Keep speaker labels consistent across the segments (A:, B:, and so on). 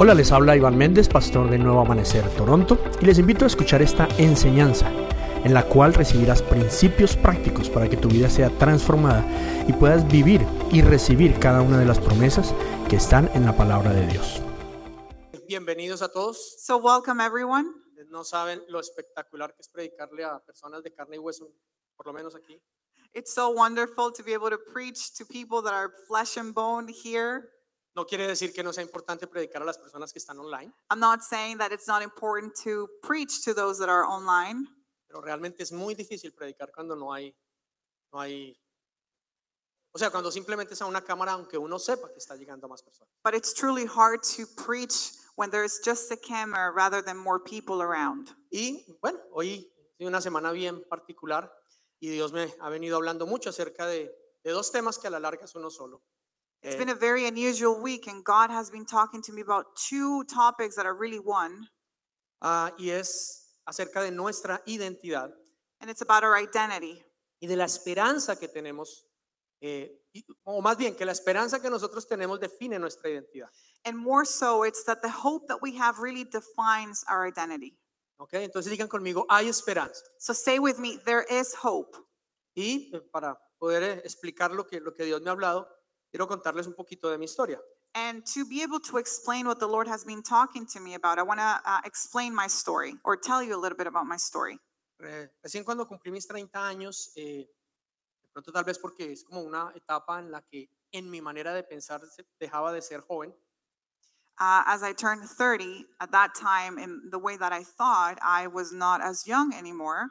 A: Hola, les habla Iván Méndez, pastor de Nuevo Amanecer Toronto, y les invito a escuchar esta enseñanza en la cual recibirás principios prácticos para que tu vida sea transformada y puedas vivir y recibir cada una de las promesas que están en la palabra de Dios.
B: Bienvenidos a todos.
C: So, welcome everyone.
B: No saben lo espectacular que es predicarle a personas de carne y hueso, por lo menos aquí.
C: It's so wonderful to be able to preach to people that are flesh and bone here.
B: No quiere decir que no sea importante predicar a las personas que están online,
C: I'm not saying that it's not important to preach to those that are online,
B: pero realmente es muy difícil predicar cuando no hay, no hay, o sea, cuando simplemente es a una cámara, aunque uno sepa que está llegando a más personas.
C: but it's truly hard to preach when there's just a camera rather than more people around.
B: Y bueno, hoy es una semana bien particular y Dios me ha venido hablando mucho acerca de, de dos temas que a la larga es uno solo.
C: It's
B: Eh,
C: been a very unusual week, and God has been talking to me about two topics that are really one,
B: ah, y es acerca de nuestra identidad
C: and it's about our identity
B: y de la esperanza que tenemos, eh, y- o más bien que la esperanza que nosotros tenemos define nuestra identidad.
C: And more so, it's that the hope that we have really defines our identity.
B: ¿ok? Entonces digan conmigo, hay esperanza.
C: So say with me, there is hope.
B: Y eh, para poder eh, explicar lo que, lo que Dios me ha hablado, quiero contarles un poquito de mi historia.
C: And to be able to explain what the Lord has been talking to me about, I want to uh, explain my story or tell you a little bit about my story.
B: Re- Eh, Recién cuando cumplí mis 30 años, eh, de pronto tal vez porque es como una etapa en la que en mi manera de pensar se- dejaba de ser joven,
C: Uh, as I turned 30, at that time, in the way that I thought, I was not as young anymore.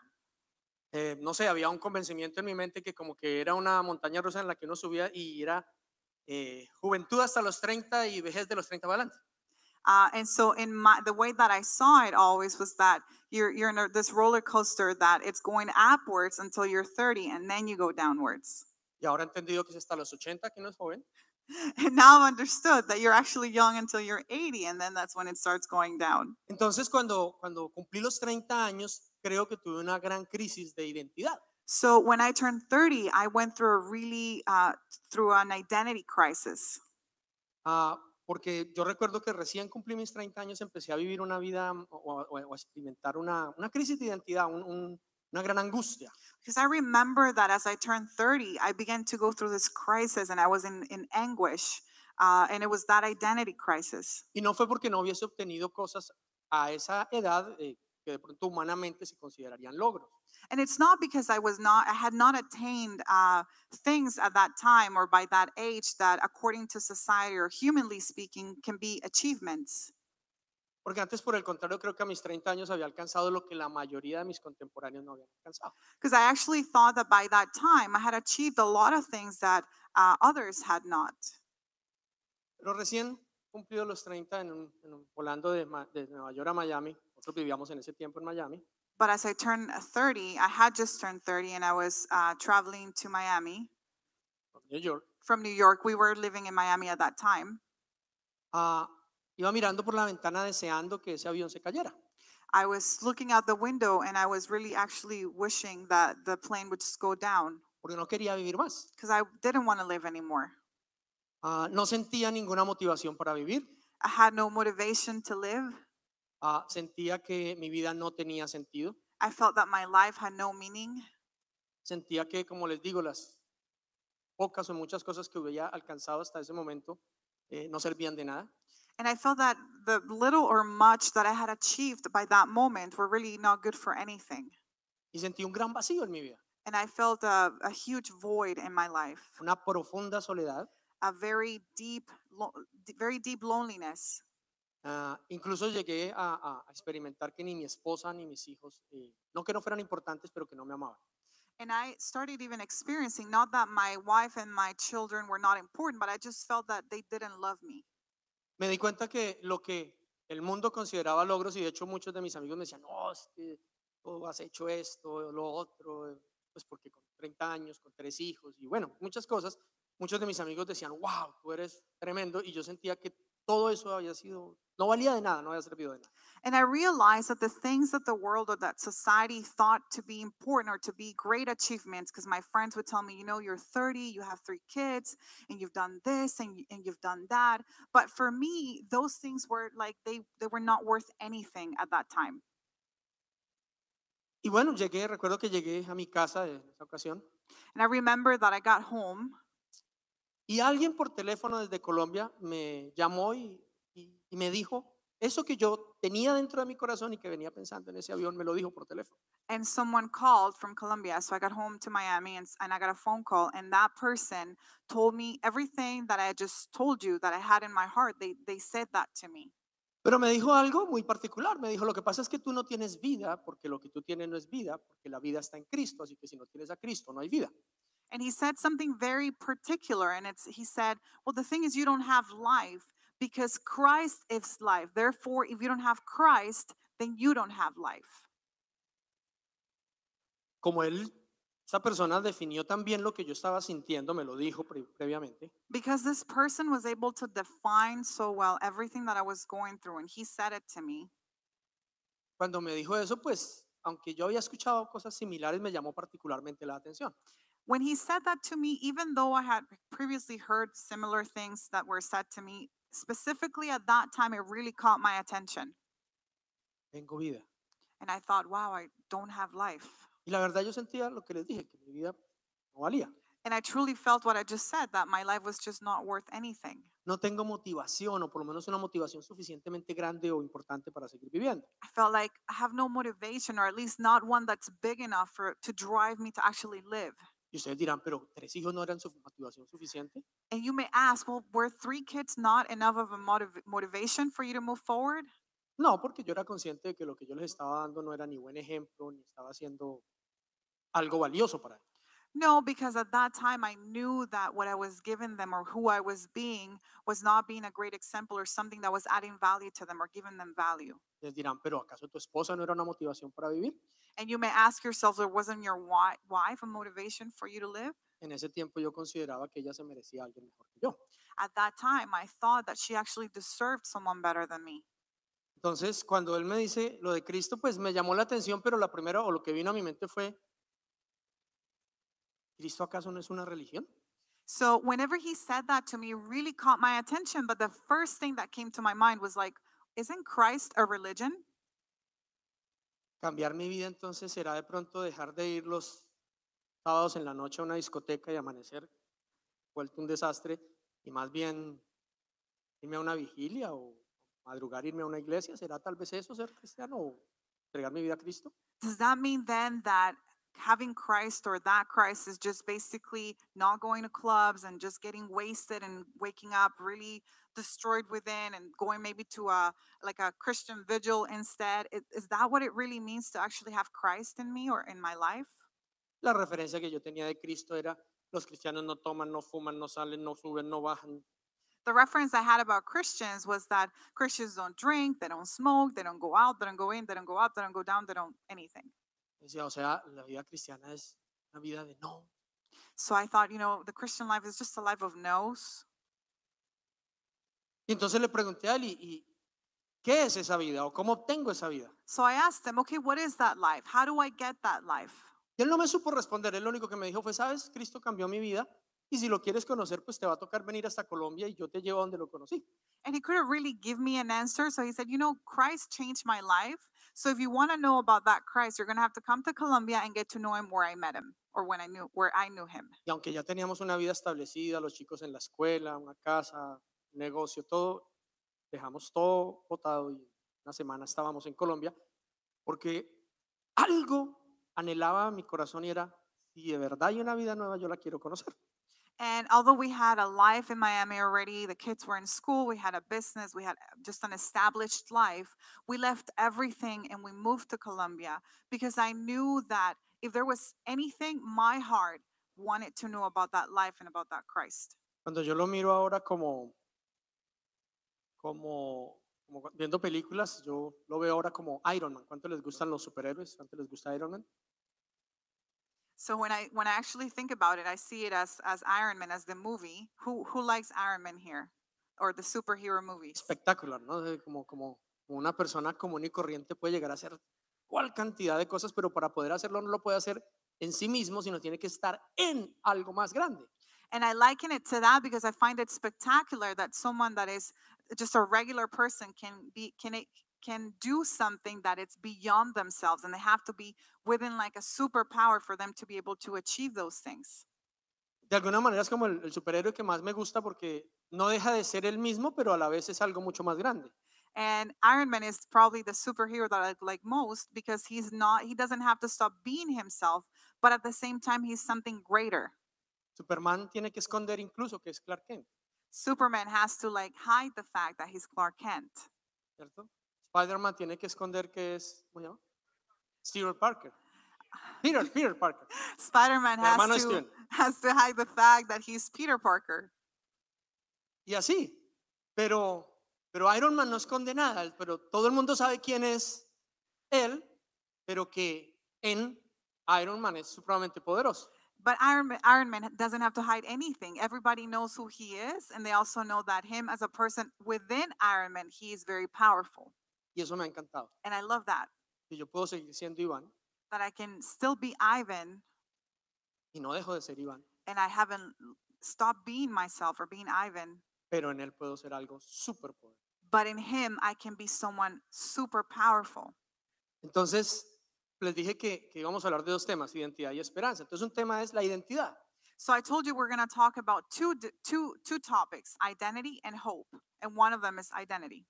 B: eh, no sé, había un convencimiento en mi mente que como que era una montaña rusa en la que uno subía y era eh, juventud hasta los 30 y vejez de los 30 para adelante.
C: Uh, and so, in my the way that I saw it always was that you're you're in a, this roller coaster that it's going upwards until you're 30, and then you go downwards.
B: Y ahora he entendido que es hasta los 80 que no es joven.
C: And now I've understood that you're actually young until you're 80, and then that's when it starts going down.
B: Entonces cuando, cuando cumplí los 30 años, creo que tuve una gran crisis de identidad.
C: So when I turned 30, I went through a really uh, through an identity crisis
B: Ah, porque yo recuerdo que recién cumplí mis 30 años, empecé a vivir una vida mm, o, o- o a experimentar una, una crisis de identidad, un- un- una gran angustia.
C: because I remember that as I turned 30, I began to go through this crisis, and I was in in anguish, uh, and it was that identity crisis.
B: Y no fue porque no hubiese obtenido cosas a esa edad eh, que de pronto humanamente se considerarían logros.
C: And it's not because I was not, I had not attained uh, things at that time or by that age that, according to society or humanly speaking, can be achievements.
B: Porque antes, por el contrario, creo que a mis 30 años había alcanzado lo que la mayoría de mis contemporáneos no habían alcanzado.
C: Because I actually thought that by that time I had achieved a lot of things that uh, others had not.
B: Pero recién cumplido los 30, en un- en un- volando de, Ma- de Nueva York a Miami, nosotros vivíamos en ese tiempo en Miami,
C: But as I turned 30, I had just turned 30 and I was uh, traveling to Miami
B: en New York,
C: from New York. We were living in Miami at that time.
B: ah, iba mirando por la ventana deseando que ese avión se cayera.
C: I was looking out the window and I was really actually wishing that the plane would just go down
B: porque no quería vivir más.
C: because I didn't want to live anymore.
B: Ah, no sentía ninguna motivación para vivir.
C: I had no motivation to live.
B: Ah, sentía que mi vida no tenía sentido.
C: I felt that my life had no meaning.
B: Sentía que, como les digo, las pocas o muchas cosas que hubiera alcanzado hasta ese momento eh, no servían de nada.
C: And I felt that the little or much that I had achieved by that moment were really not good for anything.
B: Y sentí un gran vacío en mi vida,
C: And I felt a, a huge void in my life,
B: una profunda soledad.
C: a very deep, lo- d- very deep loneliness.
B: Ah, incluso llegué a, a- a experimentar que ni mi esposa ni mis hijos, eh, no que no fueran importantes, pero que no me amaban.
C: And I started even experiencing not that my wife and my children were not important, but I just felt that they didn't love me.
B: Me di cuenta que lo que el mundo consideraba logros, y de hecho muchos de mis amigos me decían, no, es que tú has hecho esto, lo otro, eh, pues porque con 30 años, con tres hijos, y bueno, muchas cosas, muchos de mis amigos decían, wow, tú eres tremendo, y yo sentía que todo eso había sido, no valía de nada, no había servido de nada.
C: And I realized that the things that the world or that society thought to be important or to be great achievements, because my friends would tell me, you know, you're 30, you have three kids, and you've done this and, y- and you've done that. But for me, those things were like they, they were not worth anything at that time.
B: Y bueno, llegué, recuerdo que llegué a mi casa en esa ocasión
C: And I remember that I got home
B: y alguien por teléfono desde Colombia me llamó y, y- y me dijo eso que yo tenía dentro de mi corazón y que venía pensando en ese avión, me lo dijo por teléfono.
C: and someone called from Colombia. So I got home to Miami and, s- and I got a phone call. And that person told me everything that I just told you that I had in my heart. They, they said that to me.
B: Pero me dijo algo muy particular, me dijo, lo que pasa es que tú no tienes vida, porque lo que tú tienes no es vida, porque la vida está en Cristo, así que si no tienes a Cristo no hay vida.
C: And he said something very particular. And it's he said, Well, the thing is, you don't have life because Christ is life. Therefore, if you don't have Christ, then you don't have life.
B: Como él, esta persona definió también lo que yo estaba sintiendo, me lo dijo pre- previamente,
C: Because this person was able to define so well everything that I was going through. And he said it to me.
B: Cuando me dijo eso, pues, aunque yo había escuchado cosas similares, me llamó particularmente la atención.
C: When he said that to me, even though I had previously heard similar things that were said to me, specifically at that time, it really caught my attention.
B: Tengo vida.
C: And I thought, wow, I don't have life.
B: Y la verdad yo sentía lo que les dije, que mi vida no valía.
C: And I truly felt what I just said that my life was just not worth anything.
B: No tengo motivación, o por lo menos una motivación suficientemente grande o importante para seguir viviendo.
C: I felt like I have no motivation, or at least not one that's big enough for to drive me to actually live.
B: Y ustedes dirán, pero tres hijos no eran su motivación suficiente.
C: And you may ask, well, were three kids not enough of a motiv- motivation for you to move forward?
B: No, porque yo era consciente de que lo que yo les estaba dando no era ni buen ejemplo, ni estaba haciendo algo valioso para ellos.
C: No, because at that time I knew that what I was giving them or who I was being was not being a great example or something that was adding value to them or giving them value.
B: Les dirán, pero ¿acaso tu esposa no era una motivación para vivir?
C: And you may ask yourself, there wasn't your wi- wife a motivation for you to live?
B: En ese tiempo yo consideraba que ella se merecía a alguien mejor que yo.
C: At that time, I thought that she actually deserved someone better than me.
B: Entonces, cuando él me dice lo de Cristo, pues me llamó la atención, pero la primera o lo que vino a mi mente fue, ¿Cristo acaso no es una religión?
C: So whenever he said that to me, it really caught my attention. But the first thing that came to my mind was like, isn't Christ a religion?
B: Cambiar mi vida entonces será de pronto dejar de ir los sábados en la noche a una discoteca y amanecer vuelto un desastre y más bien irme a una vigilia o madrugar irme a una iglesia. ¿Será tal vez eso ser cristiano o entregar mi vida a Cristo?
C: Does that mean then that having Christ or that Christ is just basically not going to clubs and just getting wasted and waking up really destroyed within and going maybe to a like a Christian vigil instead? Is, is that what it really means to actually have Christ in me or in my life?
B: La referencia que yo tenía de Cristo era los cristianos no toman, no fuman, no salen, no suben, no bajan,
C: the reference I had about Christians was that Christians don't drink, they don't smoke, they don't go out, they don't go in, they don't go up, they don't go down, they don't anything.
B: Decía, o sea, la vida cristiana es una vida de no.
C: So I thought, you know, the Christian life is just a life of no's.
B: Y entonces le pregunté a él, ¿y, y qué es esa vida? ¿O cómo obtengo esa vida?
C: So I asked them, okay, what is that life? How do I get that life?
B: Y él no me supo responder, él lo único que me dijo fue, sabes, Cristo cambió mi vida y si lo quieres conocer, pues te va a tocar venir hasta Colombia y yo te llevo a donde lo conocí.
C: And he couldn't really give me an answer. So he said, you know, Christ changed my life. So if you want to know about that Christ, you're going to have to come to Colombia and get to know him where I met him or when I knew where I knew him.
B: Y aunque ya teníamos una vida establecida, los chicos en la escuela, una casa, un negocio, todo, dejamos todo botado y una semana estábamos en Colombia porque algo anhelaba mi corazón y era, si de verdad hay una vida nueva, yo la quiero conocer.
C: And although we had a life in Miami already, the kids were in school, we had a business, we had uh, just an established life, we left everything and we moved to Colombia because I knew that if there was anything, my heart wanted to know about that life and about that Christ.
B: cuando yo lo miro ahora como, como, como cua- viendo películas, yo lo veo ahora como Iron Man. ¿Cuánto les gustan los superhéroes? ¿Cuánto les gusta Iron Man?
C: So when I when I actually think about it, I see it as as Iron Man, as the movie. Who who likes Iron Man here? or the superhero movies.
B: espectacular, ¿no? De Como, como, como una persona común y corriente puede llegar a hacer cual cantidad de cosas, pero para poder hacerlo no lo puede hacer en sí mismo, sino tiene que estar en algo más grande.
C: And I liken it to that because I find it spectacular that someone that is just a regular person can be can it can do something that it's beyond themselves and they have to be within like a superpower for them to be able to achieve those things.
B: De alguna manera es como el, el superhéroe que más me gusta porque no deja de ser el mismo, pero a la vez es algo mucho más grande.
C: And Iron Man is probably the superhero that I like most because he's not he doesn't have to stop being himself, but at the same time he's something greater.
B: Superman tiene que esconder incluso que es Clark Kent,
C: Superman has to like hide the fact that he's Clark Kent.
B: ¿cierto? Spider-Man tiene que esconder que es, ¿cómo se llama? Steve Parker. Peter, Peter Parker.
C: Spider-Man
B: Mi
C: has
B: hermano es
C: to
B: Steven.
C: has to hide the fact that he's Peter Parker.
B: Y así. Pero, pero Iron Man no esconde nada, pero todo el mundo sabe quién es él, pero que en Iron Man es supremamente poderoso.
C: But Iron Man, Iron Man doesn't have to hide anything. Everybody knows who he is, and they also know that him as a person within Iron Man, he is very powerful.
B: Y eso me ha encantado.
C: And I love that
B: Y yo puedo seguir siendo Iván
C: that I can still be Ivan,
B: y no dejo de ser Iván,
C: and I haven't stopped being myself or being Ivan.
B: pero en él puedo ser algo súper poderoso.
C: But in him, I can be someone super powerful.
B: Entonces, les dije que, que íbamos a hablar de dos temas, identidad y esperanza. Entonces, un tema es la identidad.
C: So I told you we're going to talk about two d- two two topics: identity and hope. And one of them is identity.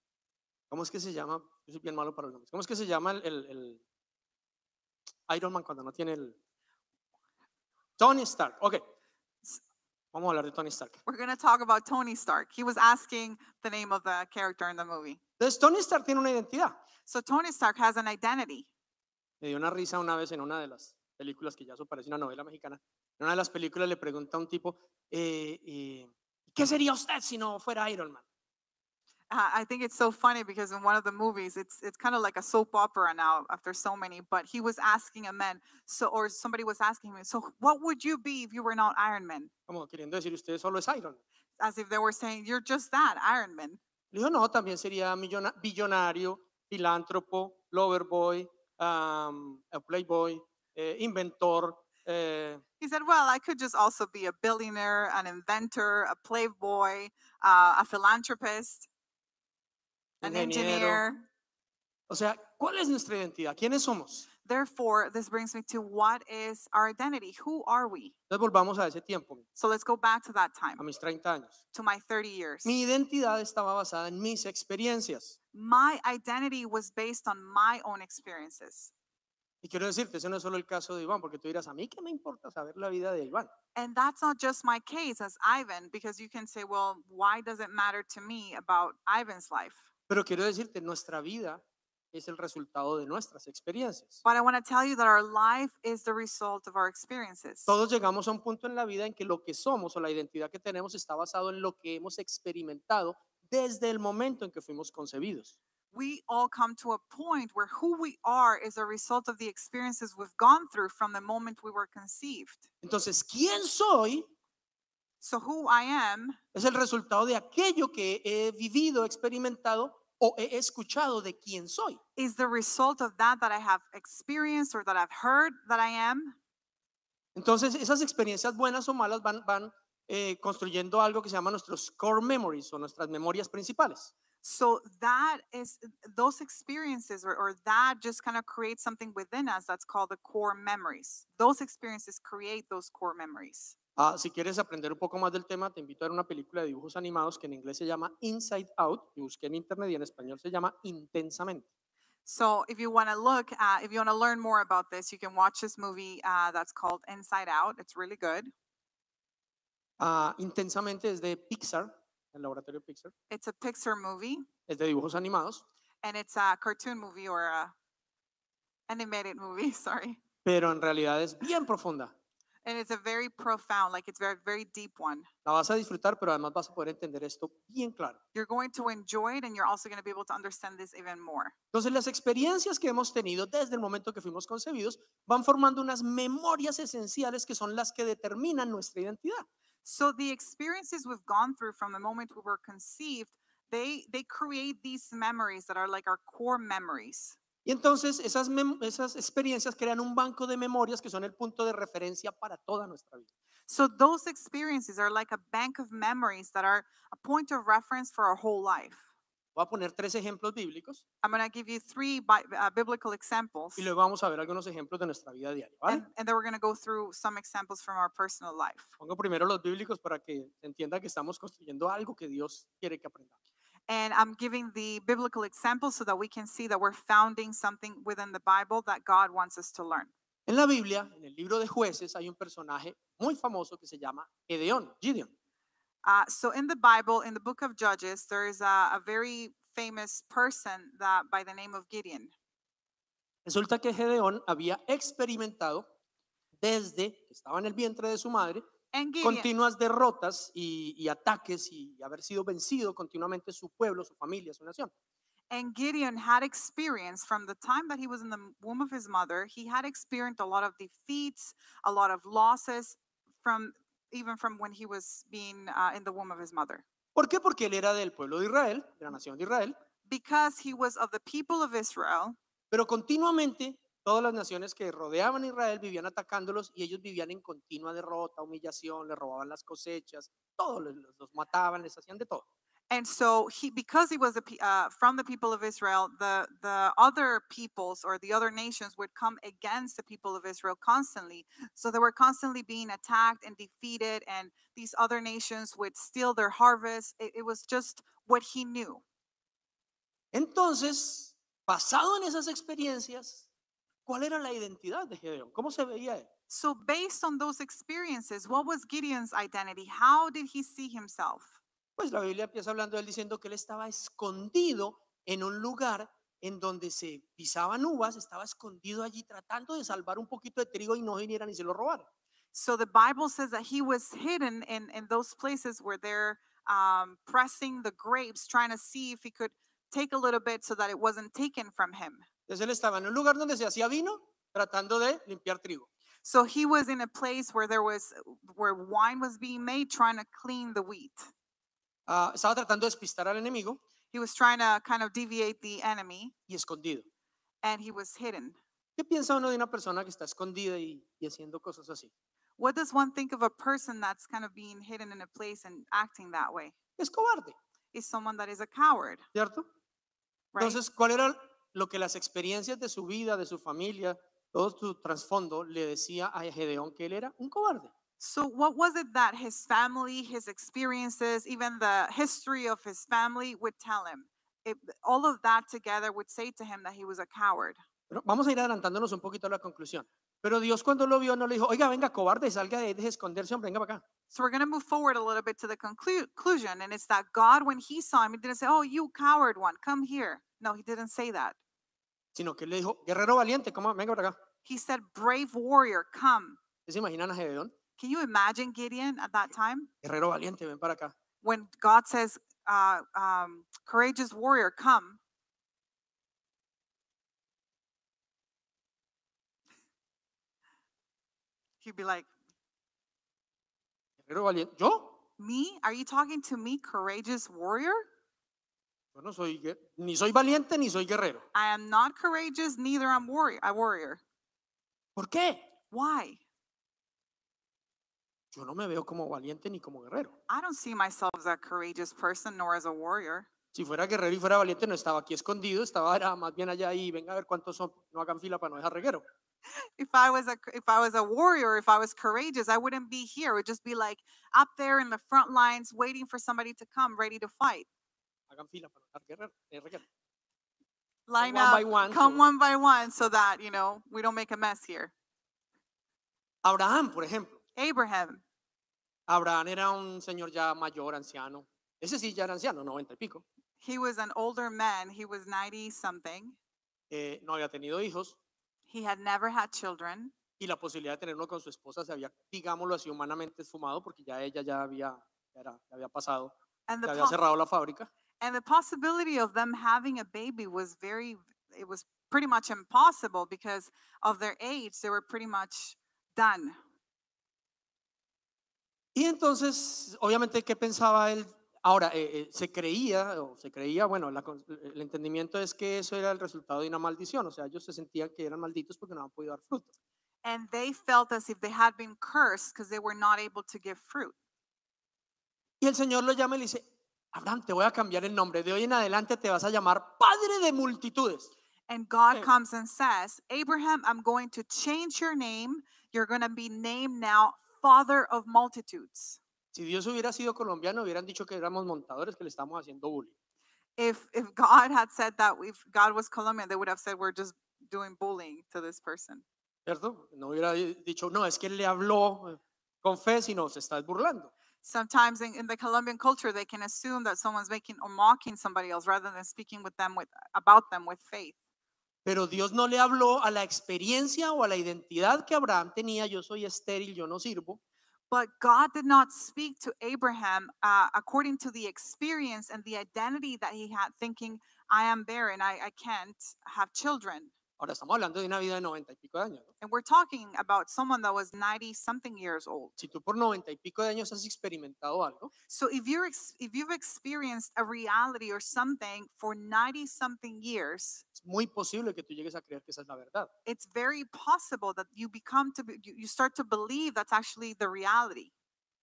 B: ¿Cómo es que se llama? Yo soy bien malo para los nombres. ¿Cómo es que se llama el, el- el Iron Man cuando no tiene el... Tony Stark, ok.
C: S-
B: Vamos a hablar de Tony Stark.
C: We're going to talk about Tony Stark. He was asking the name of the character in the movie.
B: Entonces, Tony Stark tiene una identidad.
C: So Tony Stark has an identity.
B: Me dio una risa una vez en una de las películas que ya eso parece una novela mexicana. En una de las películas le pregunta a un tipo, eh, eh, ¿qué sería usted si no fuera Iron Man?
C: Uh, I think it's so funny because in one of the movies, it's it's kind of like a soap opera now after so many. But he was asking a man, so or somebody was asking him, so what would you be if you were not Iron Man?
B: Como queriendo decir, usted solo es Iron Man.
C: As if they were saying, you're just that Iron Man.
B: Le dijo, no, también sería millona- billonario, filántropo, loverboy, am, eh, playboy, eh, inventor, eh,
C: He said, well, I could just also be a billionaire, an inventor, a playboy, uh, a philanthropist, an
B: ingeniero.
C: engineer.
B: O sea, ¿cuál es nuestra identidad? ¿Quiénes somos?
C: Therefore, this brings me to what is our identity? Who are we?
B: Entonces volvamos a ese tiempo,
C: So let's go back to that time,
B: a mis 30 años.
C: to my 30 years.
B: Mi identidad estaba basada en mis experiencias.
C: my identity was based on my own experiences.
B: Y quiero decirte, ese no es solo el caso de Iván, porque tú dirás, a mí qué me importa saber la vida de Iván.
C: And that's not just my case as Ivan, because you can say, well, why does it matter to me about Ivan's life?
B: Pero quiero decirte, nuestra vida es el resultado de nuestras experiencias.
C: But I want to tell you that our life is the result of our experiences.
B: Todos llegamos a un punto en la vida en que lo que somos o la identidad que tenemos está basado en lo que hemos experimentado desde el momento en que fuimos concebidos.
C: We all come to a point where who we are is a result of the experiences we've gone through from the moment we were conceived.
B: Entonces, ¿quién soy?
C: So, who I am
B: Es el resultado de aquello que he vivido, experimentado o he escuchado de quién soy.
C: is the result of that that I have experienced or that I've heard that I am.
B: Entonces, esas experiencias buenas o malas van, van eh, construyendo algo que se llama nuestros core memories o nuestras memorias principales.
C: So that is those experiences, or, or that just kind of creates something within us that's called the core memories. Those experiences create those core memories.
B: Ah, si quieres aprender un poco más del tema, te invito a ver una película de dibujos animados que en inglés se llama Inside Out, y busqué en internet y en español se llama Intensamente.
C: So if you want to look, uh, if you want to learn more about this, you can watch this movie uh, that's called Inside Out. It's really good.
B: Ah, Intensamente es de Pixar, el laboratorio Pixar,
C: It's a Pixar movie,
B: es de dibujos animados,
C: and it's a cartoon movie or a animated movie. Sorry,
B: pero en realidad es bien profunda.
C: and it's a very profound, like it's very very deep one.
B: La vas a disfrutar, pero además vas a poder entender esto bien claro.
C: You're going to enjoy it, and you're also going to be able to understand this even more.
B: Entonces, las experiencias que hemos tenido desde el momento que fuimos concebidos van formando unas memorias esenciales que son las que determinan nuestra identidad.
C: So the experiences we've gone through from the moment we were conceived, they they create these memories that are like our core memories.
B: Y entonces esas, mem- esas experiencias crean un banco de memorias que son el punto de referencia para toda nuestra vida.
C: So those experiences are like a bank of memories that are a point of reference for our whole life.
B: Voy a poner tres ejemplos bíblicos
C: I'm going to give you three bi- uh, biblical examples,
B: y luego vamos a ver algunos ejemplos de nuestra vida diaria. ¿vale?
C: and, and then we're going to go through some examples from our personal life.
B: Pongo primero los bíblicos para que se entienda que estamos construyendo algo que Dios quiere que aprendamos.
C: And I'm giving the biblical examples so that we can see that we're founding something within the Bible that God wants us to learn.
B: En la Biblia, en el libro de jueces, hay un personaje muy famoso que se llama Gedeón, Gideon.
C: Uh, so in the Bible, in the book of Judges, there is a, a very famous person that by the name of Gideon.
B: Resulta que Gedeón había experimentado desde que estaba en el vientre de su madre
C: And Gideon,
B: continuas derrotas y, y ataques y haber sido vencido continuamente su pueblo, su familia, su nación.
C: and Gideon had experience from the time that he was in the womb of his mother. He had experienced a lot of defeats, a lot of losses from even from when he was being uh, in the womb of his mother.
B: ¿Por qué? Porque él era del pueblo de Israel, de la nación de Israel,
C: Because he was of the people of Israel,
B: pero continuamente todas las naciones que rodeaban a Israel vivían atacándolos y ellos vivían en continua derrota, humillación, les robaban las cosechas, todos los, los mataban, les hacían de todo.
C: and so he because he was a, pe- uh, from the people of israel the the other peoples or the other nations would come against the people of israel constantly so they were constantly being attacked and defeated and these other nations would steal their harvest it, it was just what he knew
B: Entonces, basado en esas experiencias, ¿cuál era la identidad de Gedeón? ¿Cómo se veía él?
C: so based on those experiences what was gideon's identity how did he see himself
B: Pues la Biblia empieza hablando de él diciendo que él estaba escondido en un lugar en donde se pisaban uvas, estaba escondido allí tratando de salvar un poquito de trigo y no vinieran y se lo robaran.
C: so the bible says that he was hidden in in those places where they're um, pressing the grapes trying to see if he could take a little bit so that it wasn't taken from him
B: Entonces él estaba en un lugar donde se hacía vino tratando de limpiar trigo.
C: so he was in a place where there was where wine was being made trying to clean the wheat
B: Ah, estaba tratando de despistar al enemigo
C: he was trying to kind of deviate the enemy
B: y escondido.
C: and he was hidden
B: ¿Qué piensa uno de una persona que está escondida y, y haciendo cosas así?
C: what does one think of a person that's kind of being hidden in a place and acting that way
B: Es cobarde,
C: is someone that is a coward
B: ¿cierto?
C: right
B: Entonces, ¿cuál era lo que las experiencias de su vida, de su familia, todo su trasfondo le decía a Gedeón que él era un cobarde?
C: So, what was it that his family, his experiences, even the history of his family would tell him? It, all of that together would say to him that he was a coward.
B: Pero vamos a ir adelantándonos un poquito a la conclusión. Pero Dios cuando lo vio no le dijo, oiga, venga, cobarde, salga de, de esconderse, hombre, venga para acá.
C: So, we're going to move forward a little bit to the conclu- conclusion. And it's that God, when he saw him, he didn't say, Oh, you coward one, come here. No, he didn't say that.
B: Sino que él le dijo, guerrero valiente, ¿cómo? venga para acá.
C: He said, Brave warrior, come.
B: ¿Ustedes ¿Se imaginan a Gedeón?
C: Can you imagine Gideon at that time?
B: Guerrero valiente, ven para acá.
C: When God says, uh, um, Courageous warrior, come. He'd be like,
B: Guerrero valiente. ¿Yo?
C: Me? Are you talking to me, courageous warrior?
B: Yo no soy, guer- ni soy valiente ni soy guerrero.
C: I am not courageous, neither am warrior. A warrior.
B: ¿Por qué?
C: Why?
B: Yo no me veo como valiente ni como guerrero.
C: I don't see myself as a courageous person nor as a warrior.
B: Si fuera guerrero y fuera valiente no estaba aquí escondido, estaba era más bien allá y venga a ver cuántos son, no hagan fila para no dejar reguero.
C: If I was a c- if I was a warrior, if I was courageous, I wouldn't be here. It would just be like up there in the front lines, waiting for somebody to come, ready to fight.
B: Hagan fila para no dejar guerrero. eh, reguero.
C: Line
B: one by
C: up,
B: one,
C: come
B: so-
C: one by one, so that you know we don't make a mess here.
B: Abraham, por ejemplo.
C: Abraham.
B: Abraham era un señor ya mayor, anciano. Ese sí ya era anciano, 90 y pico.
C: He was an older man. He was ninety something.
B: eh, no había tenido hijos
C: He had never had children.
B: y la posibilidad de tenerlo con su esposa se había, digámoslo así, humanamente esfumado porque ya ella ya había, ya era- ya había pasado,
C: And the
B: ya había
C: po-
B: cerrado la fábrica.
C: and the possibility of them having a baby was very it was pretty much impossible because of their age they were pretty much done
B: Y entonces, obviamente, ¿qué pensaba él? Ahora, eh, eh, se creía, o se creía, bueno, la con- el entendimiento es que eso era el resultado de una maldición, o sea, ellos se sentían que eran malditos porque no han podido dar fruto.
C: And they felt as if they had been cursed because they were not able to give fruit.
B: Y el Señor lo llama y le dice, Abraham, te voy a cambiar el nombre, de hoy en adelante te vas a llamar Padre de Multitudes.
C: And God
B: Eh.
C: comes and says, Abraham, I'm going to change your name. You're going to be named now Father of Multitudes.
B: Si Dios hubiera sido colombiano, hubieran dicho que éramos montadores, que le estamos haciendo bullying.
C: If if God had said that, if God was Colombian, they would have said we're just doing bullying to this person.
B: ¿Cierto? No hubiera di- dicho, no, es que él le habló eh, con fe, sino se está burlando.
C: Sometimes in, in the Colombian culture, they can assume that someone's making or mocking somebody else rather than speaking with them with about them with faith.
B: Pero Dios no le habló a la experiencia o a la identidad que Abraham tenía, yo soy estéril, yo no sirvo,
C: But God did not speak to Abraham uh, according to the experience and the identity that he had, thinking, I am barren, I, I can't have children.
B: Ahora estamos hablando de una vida de noventa y pico de años. ¿no?
C: And we're talking about someone that was 90 something years old.
B: Si tú por noventa y pico de años has experimentado algo,
C: So if you're ex- if you've experienced a reality or something for 90 something years,
B: es muy posible que tú llegues a creer que esa es la verdad.
C: it's very possible that you become to be, you, you start to believe that's actually the reality,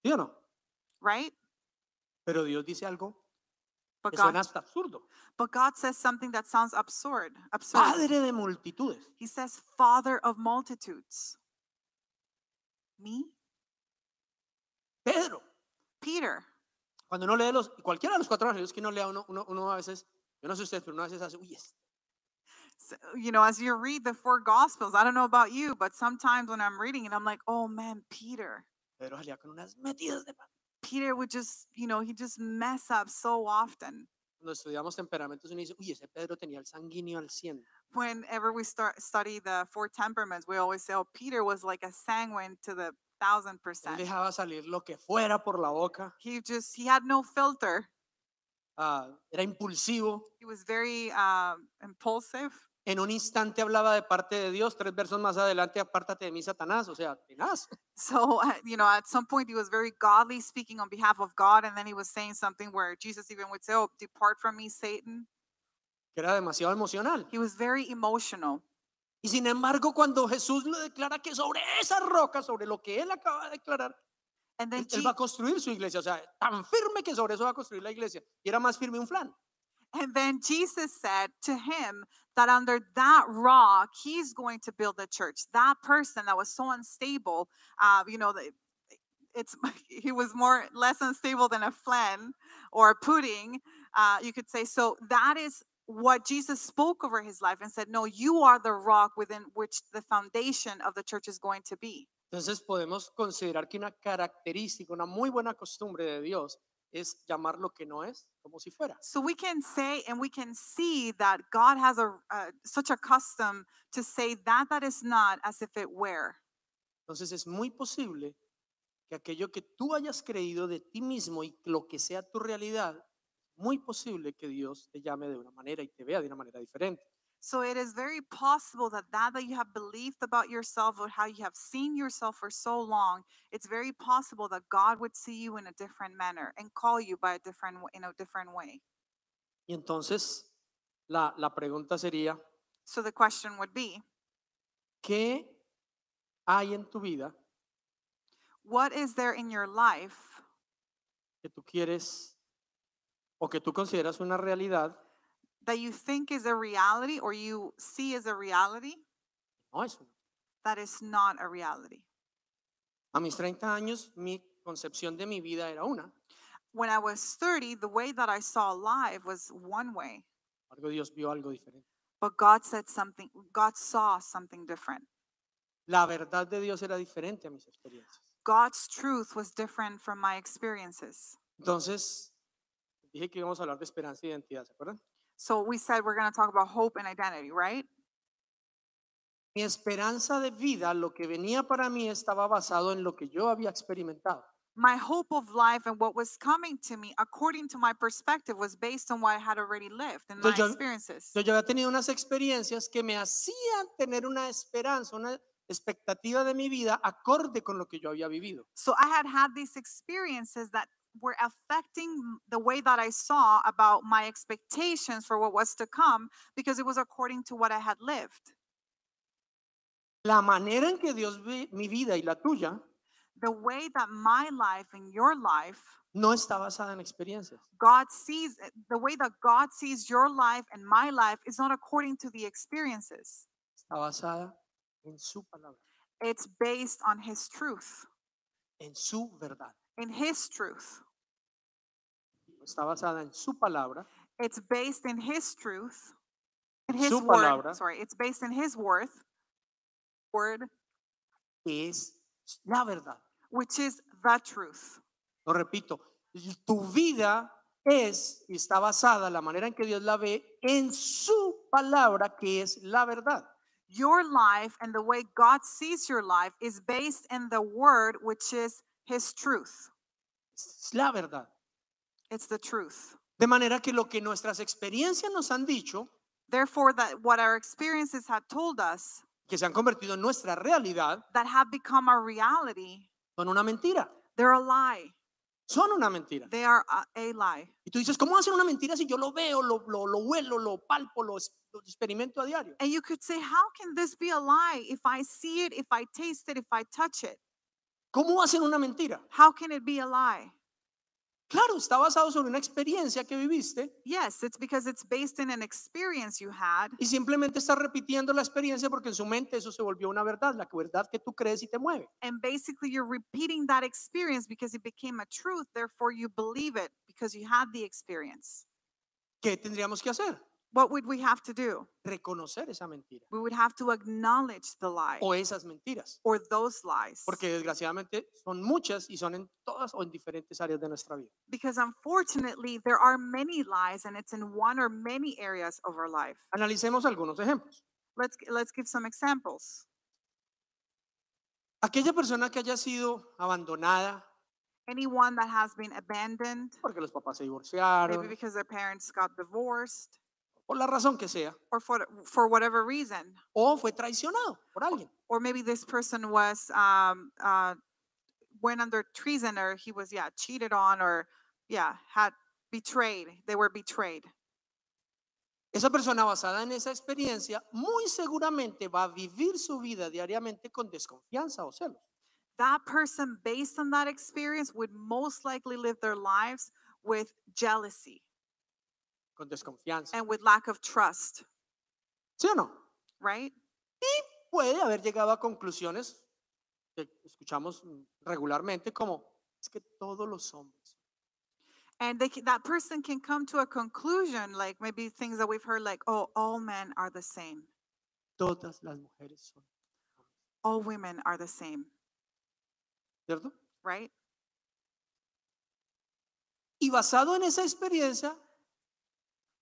B: ¿Sí o no?
C: right?
B: Pero Dios dice algo
C: But
B: que suena
C: God,
B: hasta absurdo.
C: but God says something that sounds absurd. Absurd.
B: Padre de multitudes.
C: He says, Father of multitudes. Me?
B: Pedro.
C: Peter.
B: Cuando uno lee los, cualquiera de los cuatro evangelios que uno lea, uno, uno, uno a veces, yo no sé ustedes, pero uno a veces hace, uy, este,
C: So, you know, as you read the four gospels, I don't know about you, but sometimes when I'm reading it, I'm like, oh man, Peter.
B: Pedro salía con unas metidas de pan.
C: Peter would just, you know, he just mess up so often.
B: Cuando estudiamos temperamentos, uno dice, uy, ese Pedro tenía el sanguíneo al 100.
C: Whenever we start study the four temperaments, we always say, oh, Peter was like a sanguine to the thousand
B: Él
C: percent.
B: dejaba salir lo que fuera por la boca,
C: He just, he had no filter.
B: ah, era impulsivo.
C: He was very uh, impulsive.
B: En un instante hablaba de parte de Dios, tres versos más adelante, apártate de mí, Satanás. O sea, tenaz.
C: So, uh, you know, at some point he was very godly speaking on behalf of God, and then he was saying something where Jesus even would say, Oh, depart from me, Satan.
B: que era demasiado emocional.
C: He was very emotional.
B: Y sin embargo, cuando Jesús le declara que sobre esa roca, sobre lo que él acaba de declarar,
C: And then,
B: él,
C: Je-
B: él va a construir su iglesia. O sea, tan firme que sobre eso va a construir la iglesia. Y era más firme un flan.
C: and then Jesus said to him that under that rock, he's going to build the church. That person that was so unstable, uh, you know, the, it's he was more less unstable than a flan or a pudding, uh, you could say. So that is what Jesus spoke over his life and said, No, you are the rock within which the foundation of the church is going to be.
B: Entonces podemos considerar que una característica, una muy buena costumbre de Dios es llamar lo que no es como si fuera.
C: So we can say and we can see that God has a uh, such a custom to say that that is not as if it were.
B: Entonces es muy posible que aquello que tú hayas creído de ti mismo y lo que sea tu realidad, muy posible que Dios te llame de una manera y te vea de una manera diferente.
C: So it is very possible that that that you have believed about yourself or how you have seen yourself for so long, it's very possible that God would see you in a different manner and call you by a different w- in a different way.
B: Y entonces la, la pregunta sería,
C: So the question would be,
B: ¿qué hay en tu vida
C: what is there in your life
B: que tú quieres o que tú consideras una realidad?
C: that you think is a reality or you see as a reality
B: No es una.
C: that is not a reality?
B: A mis 30 años mi concepción de mi vida era una. Sin
C: when I was 30, the way that I saw life was one way,
B: embargo, Dios vio algo diferente.
C: but God said something, God saw something different.
B: La verdad de Dios era diferente a mis experiencias.
C: God's truth was different from my experiences.
B: Entonces, dije que íbamos a hablar de esperanza e identidad, ¿se acuerdan?
C: So we said we're going to talk about hope and identity, right?
B: Mi esperanza de vida, lo que venía para mí, estaba basado en lo que yo había experimentado.
C: My hope of life and what was coming to me, according to my perspective, was based on what I had already lived and
B: So
C: my
B: yo-
C: experiences.
B: Yo ya había tenido unas experiencias que me hacían tener una esperanza, una, expectativa de mi vida acorde con lo que yo había vivido.
C: So I had had these experiences that were affecting the way that I saw about my expectations for what was to come because it was according to what I had lived.
B: La manera en que Dios ve mi vida y la tuya
C: The way that my life and your life,
B: no está basada en experiencias.
C: God sees, eh, the way that God sees your life and my life is not according to the experiences.
B: Está basada en su palabra,
C: It's based on His truth,
B: en su verdad.
C: in His truth.
B: Está basada en su palabra,
C: It's based in His truth, in
B: en
C: His
B: su
C: word.
B: palabra,
C: Sorry, it's based in His worth, word,
B: que es la verdad.
C: which is the truth.
B: Lo repito, y tu vida es y está basada la manera en que Dios la ve en su palabra, que es la verdad.
C: Your life and the way God sees your life is based in the word, which is His truth.
B: Es la verdad.
C: It's the truth.
B: De manera que lo que nuestras experiencias nos han dicho,
C: Therefore, that what our experiences had told us
B: que se han convertido en nuestra realidad,
C: that have become our reality,
B: son una mentira.
C: they're a lie.
B: Son una mentira.
C: They are a, a lie.
B: Y tú dices, ¿cómo hacen una mentira si yo lo veo, lo, lo, lo huelo, lo palpo, lo, es- lo experimento a diario?
C: And you could say, how can this be a lie if I see it, if I taste it, if I touch it?
B: ¿Cómo hacen una mentira?
C: How can it be a lie?
B: Claro, está basado sobre una experiencia que viviste
C: Yes, it's because it's based in an experience you had,
B: y simplemente estás repitiendo la experiencia porque en su mente eso se volvió una verdad, la verdad que tú crees y te mueve.
C: and basically you're repeating that experience because it became a truth. Therefore, you believe it because you had the experience.
B: ¿Qué tendríamos que hacer?
C: What would we have to do?
B: Reconocer esa mentira
C: We would have to acknowledge the lie
B: o esas mentiras,
C: or those lies.
B: porque desgraciadamente son muchas y son en todas o en diferentes áreas de nuestra vida.
C: because unfortunately there are many lies and it's in one or many areas of our life
B: Analicemos algunos ejemplos.
C: let's g- let's give some examples
B: Aquella persona que haya sido abandonada
C: anyone that has been abandoned
B: porque los papás se
C: maybe
B: divorciaron,
C: because their parents got divorced
B: por la razón que sea,
C: or for for whatever reason
B: o fue traicionado por alguien.
C: or maybe this person was um uh went under treason or he was yeah cheated on or yeah had betrayed they were betrayed
B: Esa persona basada en esa experiencia muy seguramente va a vivir su vida diariamente con desconfianza o celos.
C: that person based on that experience would most likely live their lives with jealousy
B: Con desconfianza.
C: and with lack of trust,
B: ¿Sí o no?
C: right?
B: Puede haber llegado a conclusiones que escuchamos mm, regularmente como es que todos los hombres.
C: And they, ca- that person can come to a conclusion, like maybe things that we've heard, like, oh, all men are the same,
B: Todas las mujeres son,
C: all women are the same,
B: ¿cierto?
C: right?
B: Y basado en esa experiencia,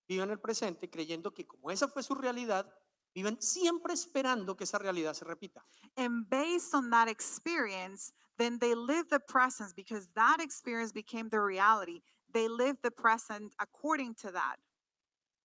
B: viven el presente creyendo que como esa fue su realidad, viven siempre esperando que esa realidad se repita.
C: And based on that experience, then they live the present because that experience became the reality. They live the present according to that.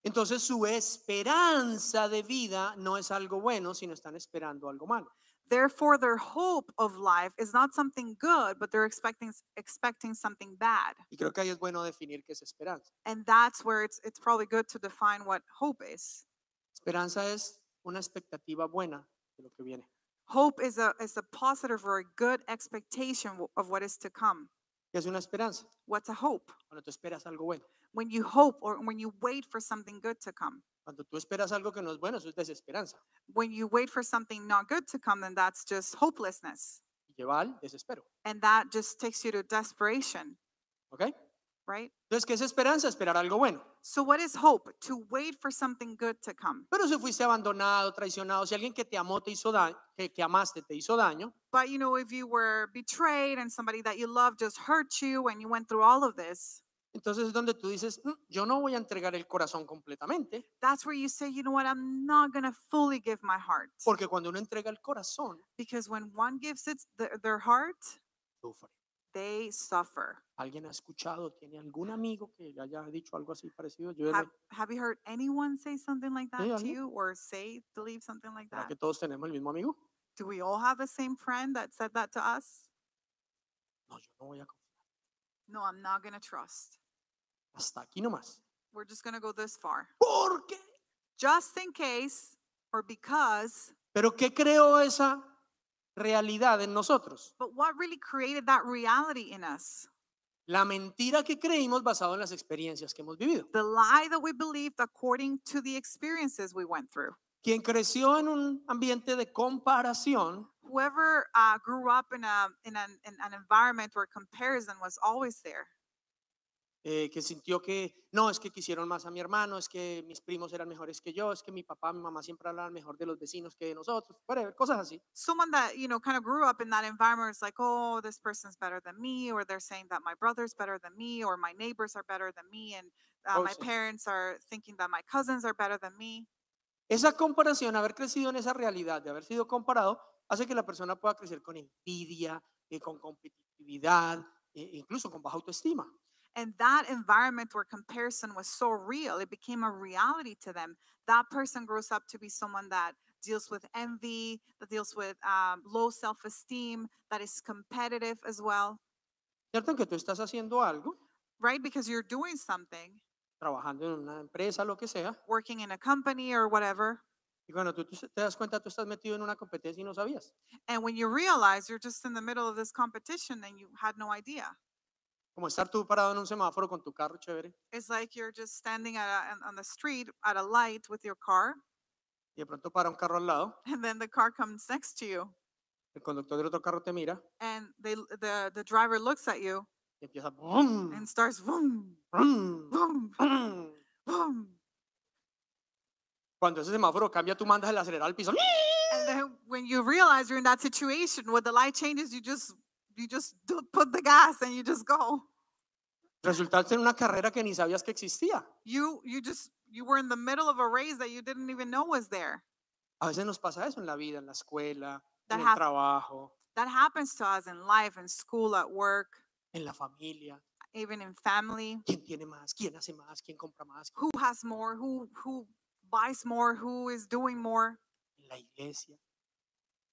B: Entonces su esperanza de vida no es algo bueno, sino están esperando algo malo.
C: Therefore, their hope of life is not something good, but they're expecting s- expecting something bad.
B: Y creo que ahí es bueno definir qué es esperanza.
C: And that's where it's it's probably good to define what hope is.
B: Esperanza es una expectativa buena de lo que viene,
C: Hope is a is a positive or a good expectation w- of what is to come.
B: que es una esperanza
C: What's a hope?
B: cuando tú esperas algo bueno.
C: When you hope or when you wait for something good to come.
B: Cuando tú esperas algo que no es bueno, eso es desesperanza
C: When you wait for something not good to come, then that's just hopelessness.
B: y lleva al desespero,
C: And that just takes you to desperation,
B: ¿ok?
C: right?
B: Entonces, ¿qué es esperanza? Esperar algo bueno.
C: So what is hope? To wait for something good to come.
B: Pero si fuiste abandonado, traicionado, si alguien que te amó te hizo daño, que, que amaste te hizo daño,
C: But you know, if you were betrayed and somebody that you love just hurt you and you went through all of this,
B: entonces es donde tú dices, "Mm, yo no voy a entregar el corazón completamente,
C: that's where you say, you know what, I'm not going to fully give my heart.
B: porque cuando uno entrega el corazón,
C: Because when one gives it th- their heart,
B: sufre.
C: they suffer.
B: ¿Alguien ha escuchado? ¿Tiene algún amigo que le haya dicho algo así parecido? Yo de
C: Have,
B: re-
C: have you heard anyone say something like that to
B: alguien?
C: you or say, believe something like
B: ¿Será
C: that?
B: que todos tenemos el mismo amigo?
C: Do we all have the same friend that said that to us?
B: No, yo no voy a confiar.
C: No, I'm not going to trust.
B: Hasta aquí nomás.
C: We're just going to go this far.
B: ¿Por qué?
C: Just in case or because,
B: Pero ¿qué creó esa realidad en nosotros?
C: but what really created that reality in us?
B: La mentira que creímos basado en las experiencias que hemos vivido.
C: The lie that we believed according to the experiences we went through.
B: Quien creció en un ambiente de comparación
C: Whoever uh, grew up in, a, in, an, in an environment where comparison was always there,
B: eh, que sintió que no, es que quisieron más a mi hermano, es que mis primos eran mejores que yo, es que mi papá, mi mamá siempre hablaban mejor de los vecinos que de nosotros, whatever, cosas así.
C: someone that you know kind of grew up in that environment is like oh this person's better than me or they're saying that my brother's better than me or my neighbors are better than me and uh, my
B: Also-
C: parents are thinking that my cousins are better than me
B: Esa comparación, haber crecido en esa realidad, de haber sido comparado, hace que la persona pueda crecer con envidia, eh, con competitividad, e incluso con baja autoestima.
C: and that environment where comparison was so real it became a reality to them that person grows up to be someone that deals with envy that deals with um, low self-esteem that is competitive as well
B: ¿Cierto? Que tú estás haciendo algo,
C: right because you're doing something
B: trabajando en una empresa, lo que sea,
C: working in a company or whatever
B: y cuando tú tú te das cuenta, tú estás metido en una competencia y no sabías.
C: And when you realize you're just in the middle of this competition and you had no idea,
B: Como estar tú parado en un semáforo con tu carro chévere
C: it's like you're just standing at a, on- on the street at a light with your car,
B: y de pronto para un carro al lado,
C: and then the car comes next to you,
B: el conductor del otro carro te mira
C: and they l- the the driver looks at you
B: y empieza "Brum,
C: and starts boom,
B: brum,
C: boom,
B: brum".
C: boom,
B: Cuando ese semáforo cambia, tú mandas el acelerador al piso.
C: and then when you realize you're in that situation, when the light changes, you just you just d- put the gas and you just go.
B: Resultaste en una carrera que ni sabías que existía.
C: You you just you were in the middle of a race that you didn't even know was there.
B: A veces nos pasa eso en la vida, en la escuela,
C: That
B: en el
C: hap-
B: trabajo,
C: That happens to us in life, in school, at work.
B: en la familia.
C: even in family
B: ¿Quién tiene más? ¿Quién hace más? ¿Quién compra más?
C: who has more who who buys more who is doing more
B: En la iglesia.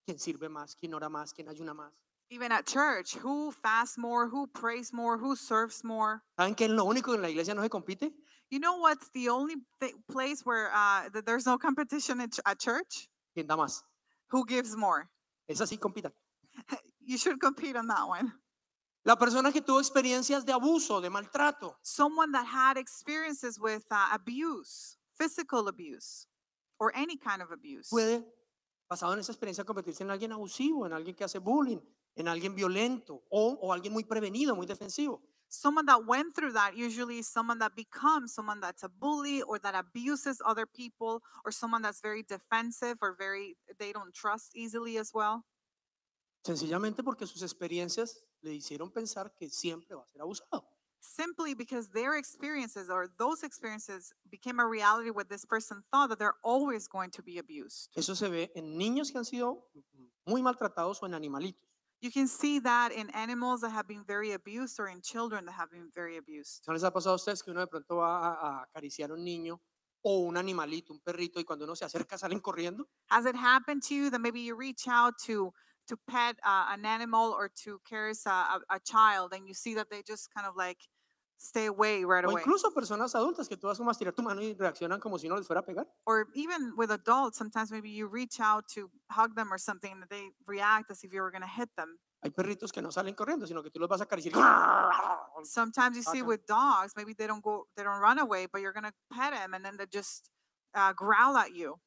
B: ¿Quién sirve más? ¿Quién ora más? ¿Quién ayuna más?
C: even at church who fasts more who prays more who serves more
B: ¿Saben qué es lo único que en la iglesia no se compite?
C: you know what's the only th- place where uh, that there's no competition at, ch- at church
B: ¿Quién da más?
C: who gives more
B: Es así, compita.
C: you should compete on that one
B: La persona que tuvo experiencias de abuso, de maltrato,
C: someone that had experiences with uh, abuse physical abuse or any kind of abuse
B: puede, basado en esa experiencia, convertirse en alguien abusivo, en alguien que hace bullying, en alguien violento o, o alguien muy prevenido, muy defensivo.
C: someone that went through that usually is someone that becomes someone that's a bully or that abuses other people or someone that's very defensive or very they don't trust easily as well
B: Sencillamente porque sus experiencias le hicieron pensar que siempre va a ser abusado.
C: simply because their experiences or those experiences became a reality where this person thought that they're always going to be abused
B: Eso se ve en niños que han sido muy maltratados o en animalitos.
C: you can see that in animals that have been very abused or in children that have been very abused
B: ¿No les ha pasado a ustedes que uno de pronto va a, a acariciar a un niño o un animalito, un perrito, y cuando uno se acerca salen corriendo?
C: has it happened to you that maybe you reach out to to pet uh, an animal or to caress a, a, a child and you see that they just kind of like stay away right
B: O
C: away
B: incluso personas adultas que tú vas a tirar tu mano y reaccionan como si no les fuera a pegar.
C: or even with adults sometimes maybe you reach out to hug them or something and they react as if you were going to hit them
B: Hay perritos que no salen corriendo, sino que tú los vas a acariciar. y-
C: sometimes you see
B: Awesome.
C: with dogs maybe they don't go they don't run away but you're going to pet them and then they just uh, growl at you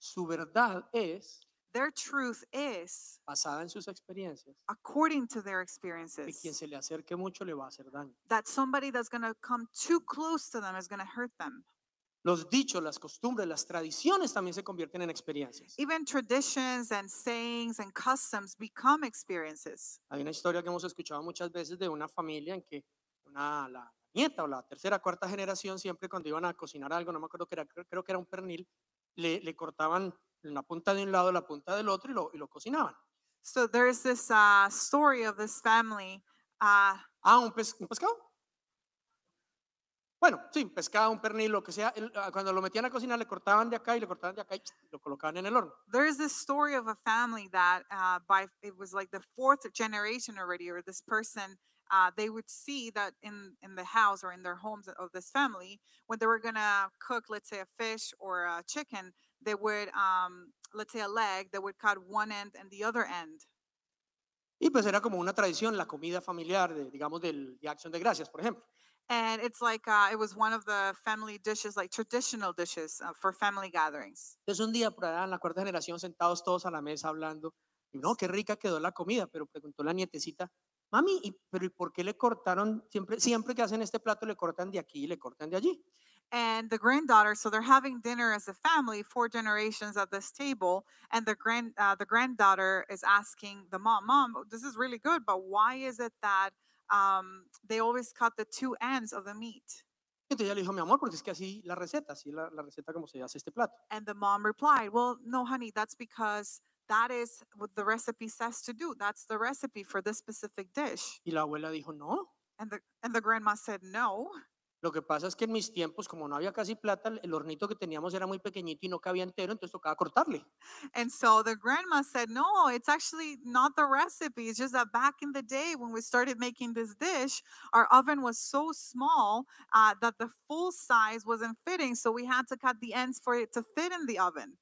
B: Su verdad es,
C: their truth is
B: basada en sus experiencias,
C: according to their
B: que
C: experiences
B: quien se le acerque mucho le va a hacer daño.
C: that somebody that's going to come too close to them is going to hurt them
B: Los dichos, las costumbres, las tradiciones también se convierten en experiencias.
C: even traditions and sayings and customs become experiences.
B: Hay una historia que hemos escuchado muchas veces de una familia en que una, la nieta o la tercera, cuarta generación, siempre cuando iban a cocinar algo, no me acuerdo que era, creo, creo que era un pernil, le, le cortaban la punta de un lado, la punta del otro y lo, y lo cocinaban.
C: So there's this uh, story of this family. Uh,
B: Ah, un, pes- un pescado. Bueno, sí, pescado, un pernil, lo que sea. él, ah, Cuando lo metían a cocinar, le cortaban de acá y le cortaban de acá y lo colocaban en el horno.
C: There's this story of a family that uh, by it was like the fourth generation already, or this person. Uh, they would see that in in the house or in their homes of this family, when they were gonna cook, let's say a fish or a chicken, they would um, let's say a leg, they would cut one end and the other end.
B: Y pues era como una tradición, la comida familiar, de, digamos, del, de Acción de Gracias, por ejemplo.
C: And it's like uh, it was one of the family dishes, like traditional dishes uh, for family gatherings.
B: Entonces un día por allá en la cuarta generación, sentados todos a la mesa hablando, y no, qué rica quedó la comida, pero preguntó la nietecita, mami, ¿y, pero ¿y por qué le cortaron, siempre, siempre que hacen este plato le cortan de aquí y le cortan de allí?
C: and the granddaughter. So they're having dinner as a family, four generations at this table, and the grand uh, the granddaughter is asking the mom, "Mom, oh, this is really good, but why is it that um, they always cut the two ends of the meat?"
B: Y entonces ella le dijo, mi amor, porque es que así la receta, así es la, la receta como se hace este plato.
C: And the mom replied, "Well, no, honey, that's because." That is what the recipe says to do. That's the recipe for this specific dish.
B: Y la abuela dijo, no,
C: And the and the grandma said no.
B: lo que pasa es que en mis tiempos, como no había casi plata, el- el hornito que teníamos era muy pequeñito y no cabía entero, entonces tocaba cortarle.
C: And so the grandma said, No, it's actually not the recipe. It's just that back in the day when we started making this dish, our oven was so small uh, that the full size wasn't fitting. So we had to cut the ends for it to fit in the oven.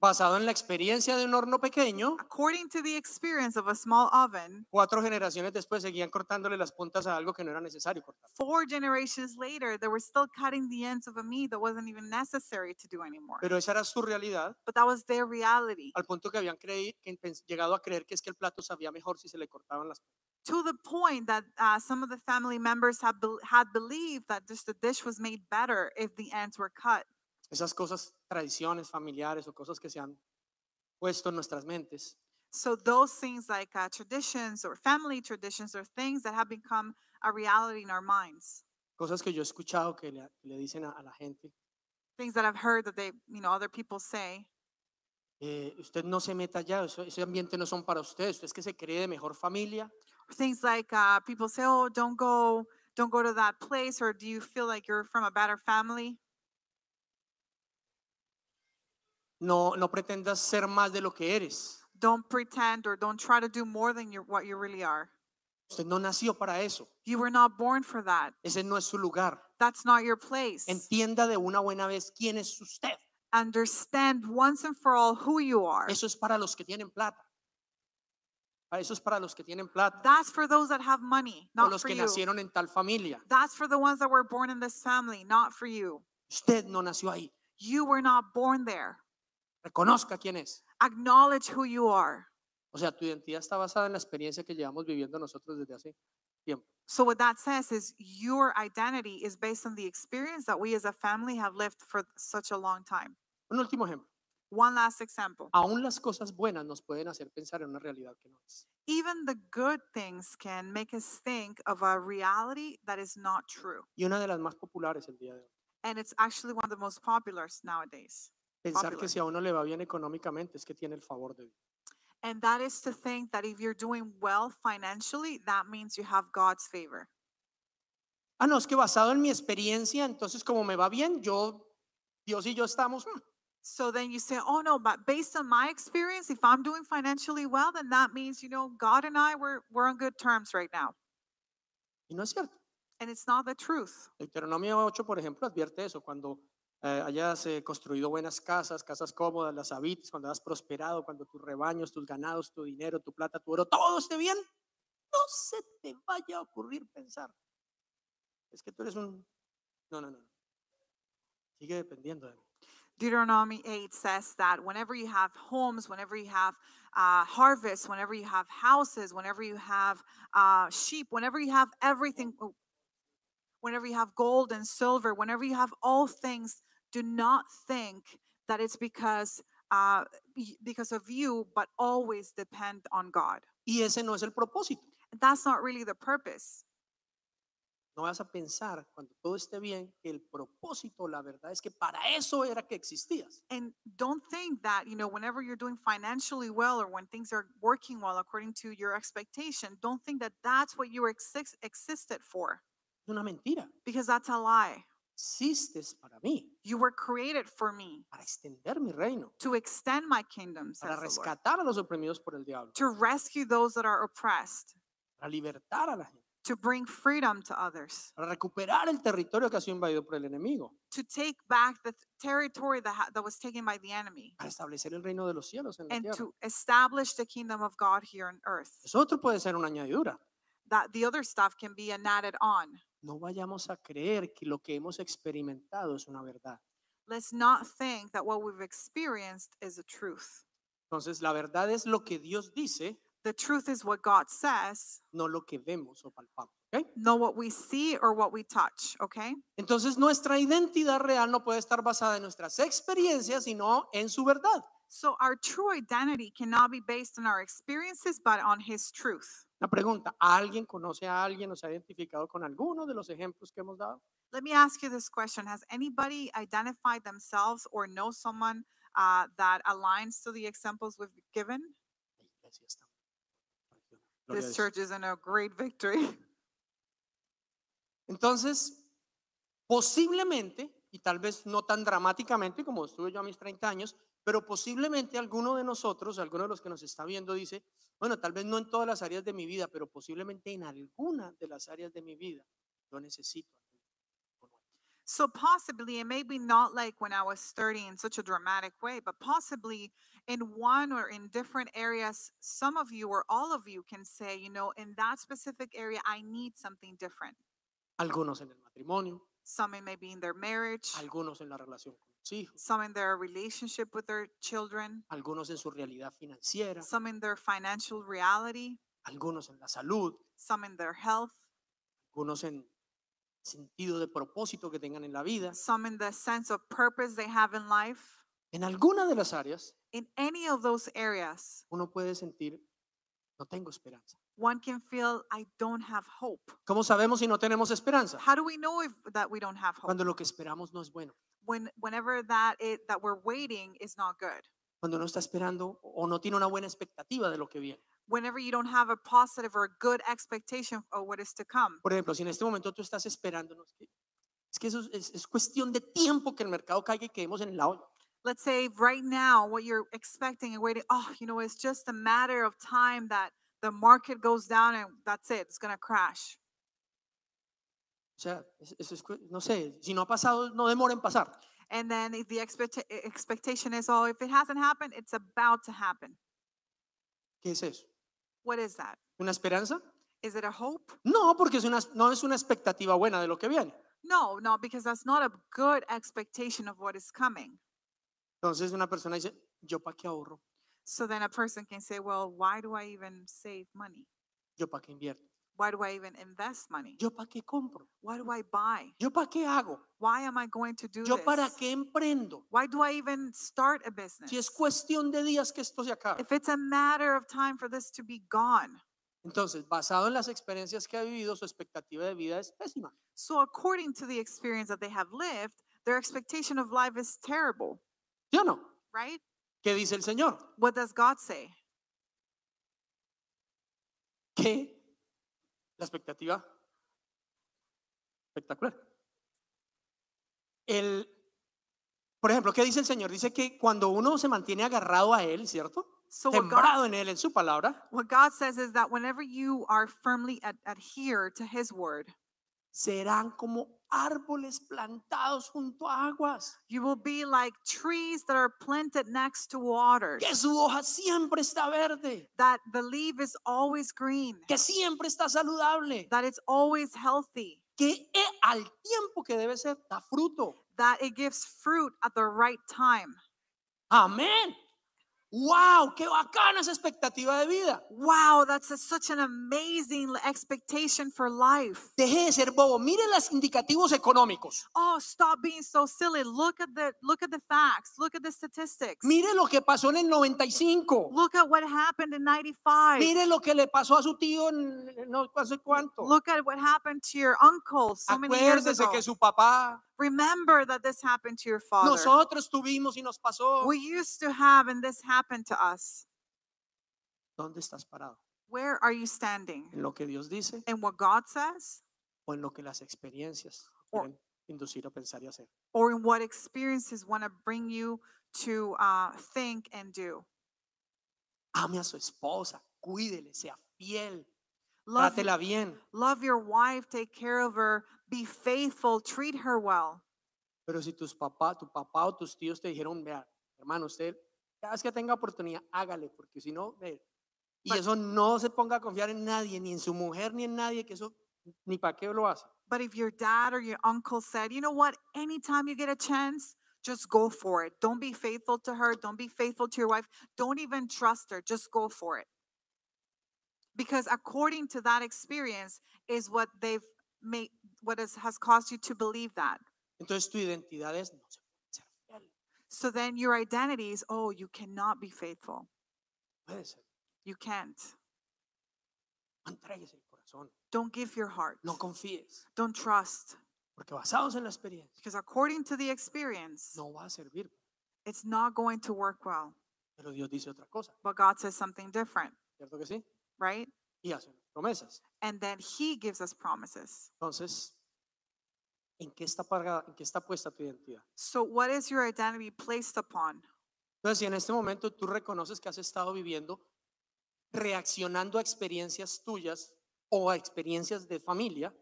B: Basado en la experiencia de un horno pequeño,
C: According to the experience of a small oven,
B: cuatro generaciones después seguían cortándole las puntas a algo que no era necesario cortar.
C: four generations later, they were still cutting the ends of a meat that wasn't even necessary to do anymore.
B: Pero esa era su realidad,
C: But that was their reality.
B: al punto que habían creí- que pens- llegado a creer que es que el plato sabía mejor si se le cortaban las puntas.
C: to the point that uh, some of the family members have bel had believed that just the dish was made better if the ends were cut.
B: Esas cosas, tradiciones familiares o cosas que se han puesto en nuestras mentes,
C: So those things like uh, traditions or family traditions or things that have become a reality in our minds,
B: cosas que yo he escuchado que le, le dicen a, a la gente,
C: things that I've heard that they, you know, other people say.
B: eh, usted no se meta allá, eso- ese ambiente no son para usted, usted es que se cree de mejor familia,
C: Things like uh, people say, "Oh, don't go, don't go to that place," or "Do you feel like you're from a better family?"
B: no, no pretendas ser más de lo que eres,
C: Don't pretend or don't try to do more than you're, what you really are.
B: usted no nació para eso,
C: You were not born for that.
B: ese no es su lugar.
C: That's not your place.
B: Entienda de una buena vez quién es usted.
C: understand once and for all who you are.
B: Eso es para los que tienen plata. Ah, Eso es para los que tienen plata.
C: That's for those that have money,
B: O
C: not
B: los
C: for
B: que
C: you.
B: nacieron en tal familia.
C: That's for the ones that were born in this family, not for you.
B: Usted no nació ahí.
C: You were not born there.
B: Reconozca quién es.
C: Acknowledge who you are.
B: O sea, tu identidad está basada en la experiencia que llevamos viviendo nosotros desde hace tiempo.
C: So, what that says is your identity is based on the experience that we as a family have lived for such a long time.
B: Un último ejemplo.
C: One last example.
B: Aún las cosas buenas nos pueden hacer pensar en una realidad que no es.
C: Even the good things can make us think of a reality that is not true.
B: Y una de las más populares el día de hoy.
C: And it's actually one of the most popular nowadays.
B: Pensar que
C: Popular.
B: si a uno le va bien económicamente es que tiene el favor de Dios.
C: And that is to think that if you're doing well financially, that means you have God's favor.
B: Ah, no, es que basado en mi experiencia, entonces como me va bien, yo, Dios y yo estamos. mm,
C: So then you say, oh no, but based on my experience, if I'm doing financially well, then that means, you know, God and I, we're, we're on good terms right now.
B: Y no es cierto.
C: And it's not the truth.
B: Deuteronomio 8, por ejemplo, advierte eso, cuando eh, hayas eh, construido buenas casas, casas cómodas, las habites, cuando has prosperado, cuando tus rebaños, tus ganados, tu dinero, tu plata, tu oro, todo esté bien, no se te vaya a ocurrir pensar. Es que tú eres un... No, no, no. no. Sigue dependiendo de mí.
C: Deuteronomy 8 says that whenever you have homes, whenever you have uh, harvests, whenever you have houses, whenever you have uh, sheep, whenever you have everything, oh, whenever you have gold and silver, whenever you have all things, do not think that it's because uh, y- because of you, but always depend on God.
B: Y ese no es el propósito.
C: That's not really the purpose.
B: No vas a pensar cuando todo esté bien que el propósito, la verdad es que para eso era que existías.
C: And don't think that, you know, whenever you're doing financially well or when things are working well according to your expectation, don't think that that's what you were exis- existed for.
B: es una mentira.
C: because that's a lie.
B: Existes para mí,
C: You were created for me
B: para extender mi reino,
C: to extend my kingdom,
B: para
C: says the Lord,
B: rescatar a los oprimidos por el diablo,
C: to rescue those that are oppressed,
B: para libertar a la gente,
C: to bring freedom to others,
B: para recuperar el territorio que ha sido invadido por el enemigo,
C: to take back the th- territory that, ha- that was taken by the enemy,
B: para establecer el reino de los cielos en la
C: and
B: tierra.
C: to establish the kingdom of God here on earth.
B: Eso otro puede ser una añadidura.
C: That the other stuff can be added on.
B: No vayamos a creer que lo que hemos experimentado es una verdad.
C: Let's not think that what we've experienced is a truth.
B: Entonces, la verdad es lo que Dios dice,
C: The truth is what God says,
B: no lo que vemos o palpamos. ¿ok?
C: not what we see or what we touch, okay?
B: Entonces, nuestra identidad real no puede estar basada en nuestras experiencias, sino en su verdad.
C: So our true identity cannot be based on our experiences, but on His truth.
B: La pregunta, ¿alguien conoce a alguien o se ha identificado con alguno de los ejemplos que hemos dado?
C: Let me ask you this question Has anybody identified themselves or know someone uh, that aligns to the examples we've given?
B: La iglesia está- Gloria a
C: this
B: Dios.
C: church is in a great victory.
B: Entonces, posiblemente, y tal vez no tan dramáticamente como estuve yo a mis 30 años, pero posiblemente alguno de nosotros, alguno de los que nos está viendo, dice, bueno, tal vez no en todas las áreas de mi vida, pero posiblemente en alguna de las áreas de mi vida, yo necesito. a alguien como él".
C: So possibly, and maybe not like when I was 30 in such a dramatic way, but possibly in one or in different areas, some of you or all of you can say, you know, in that specific area, I need something different.
B: Algunos en el matrimonio,
C: Some it may be in their marriage,
B: algunos en la relación con los hijos,
C: some in their relationship with their children,
B: algunos en su realidad financiera,
C: some in their financial reality,
B: algunos en la salud,
C: some in their health,
B: algunos en sentido de propósito que tengan en la vida.
C: some in the sense of purpose they have in life.
B: En alguna de las áreas
C: In any of those areas,
B: uno puede sentir, no tengo esperanza.
C: one can feel, I don't have hope.
B: ¿Cómo sabemos si no tenemos esperanza?
C: How do we know if, that we don't have hope?
B: Cuando lo que esperamos no es bueno,
C: When, whenever that it, that we're waiting is not good.
B: cuando no está esperando o no tiene una buena expectativa de lo que viene.
C: Whenever you don't have a positive or good expectation of what is to come.
B: Por ejemplo, si en este momento tú estás esperando, no, es que, es que eso es- es, es cuestión de tiempo que el mercado caiga y quedemos en la olla.
C: let's say right now what you're expecting and waiting oh you know it's just a matter of time that the market goes down and that's it it's going to crash
B: O sea, es- eso es cu- no sé, si no ha pasado, no demora en pasar.
C: and then if the expect- expectation is oh if it hasn't happened it's about to happen
B: ¿Qué es eso?
C: what is that
B: ¿Una esperanza?
C: is it a hope
B: No, porque es una, no es una expectativa buena de lo que viene.
C: no no because that's not a good expectation of what is coming
B: Entonces una persona dice, ¿yo para qué ahorro?
C: so then a person can say well why do i even save money
B: ¿Yo para qué invierto?
C: why do i even invest money
B: ¿Yo para qué compro?
C: why do i buy
B: ¿Yo para qué hago?
C: why am i going to do
B: ¿Yo para
C: this
B: qué emprendo?
C: why do i even start a business
B: Si es cuestión de días que esto se acabe.
C: if it's a matter of time for this to be gone.
B: Entonces, basado en las experiencias que ha vivido, su expectativa de vida es pésima.
C: So, according to the experience that they have lived, their expectation of life is terrible,
B: ¿Sí o no?
C: right?
B: ¿Qué dice el Señor?
C: What does God say?
B: Que la expectativa espectacular. El, por ejemplo, ¿qué dice el Señor? Dice que cuando uno se mantiene agarrado a Él, ¿cierto?
C: So, what God,
B: Tembrado en Él, en su palabra,
C: what God says is that whenever you are firmly ad- adhere to His word,
B: serán como árboles plantados junto a aguas,
C: you will be like trees that are planted next to waters,
B: que su hoja siempre está verde,
C: that the leaf is always green,
B: que siempre está saludable,
C: that it's always healthy,
B: que e- al tiempo que debe ser da fruto.
C: that it gives fruit at the right time.
B: Amén. ¡Wow! ¡Qué bacana esa expectativa de vida!
C: Wow, that's a, such an amazing l- expectation for life.
B: Deje de ser bobo. Mire los indicativos económicos.
C: Oh, stop being so silly. Look at the look at the facts. Look at the statistics.
B: Mire lo que pasó en el 95.
C: Look at what happened in 95.
B: Mire lo que le pasó a su tío en no sé cuánto.
C: Look at what happened to your uncle so many years
B: Acuérdese
C: ago.
B: que su papá,
C: Remember that this happened to your father.
B: nosotros tuvimos y nos pasó.
C: We used to have and this happened to us.
B: ¿Dónde estás parado?
C: Where are you standing?
B: ¿En lo que Dios dice
C: And what God says
B: o en lo que las experiencias pueden inducir a pensar y hacer.
C: or in what experiences want to bring you to uh, think and do.
B: Ame a su esposa, cuídele, sea fiel,
C: Love,
B: trátela bien,
C: love your wife, take care of her, be faithful, treat her well.
B: Pero si tus papá, tu papá o tus tíos te dijeron, vea, hermano, usted cada vez que tenga oportunidad, hágale, porque si no, ve". y
C: But-
B: eso no se ponga a confiar en nadie, ni en su mujer, ni en nadie, que eso ni para qué lo hace.
C: But if your dad or your uncle said, you know what, anytime you get a chance, just go for it. Don't be faithful to her. Don't be faithful to your wife. Don't even trust her. Just go for it. Because according to that experience is what they've made, what has, has caused you to believe that.
B: Entonces tu identidad es, no se puede ser fiel,
C: So then your identity is, oh, you cannot be faithful.
B: puede ser,
C: You can't.
B: no entregues el corazón,
C: Don't give your heart.
B: no confíes,
C: Don't trust.
B: porque basados en la experiencia,
C: Because according to the experience,
B: no va a servir.
C: it's not going to work well.
B: Pero Dios dice otra cosa,
C: But God says something different,
B: ¿cierto que sí?
C: right?
B: Y hace unas promesas.
C: And then He gives us promises.
B: Entonces, ¿en qué está pagada, en qué está puesta tu identidad?
C: So, what is your identity placed upon?
B: Entonces, si en este momento tú reconoces que has estado viviendo reaccionando a experiencias tuyas o a experiencias de familia,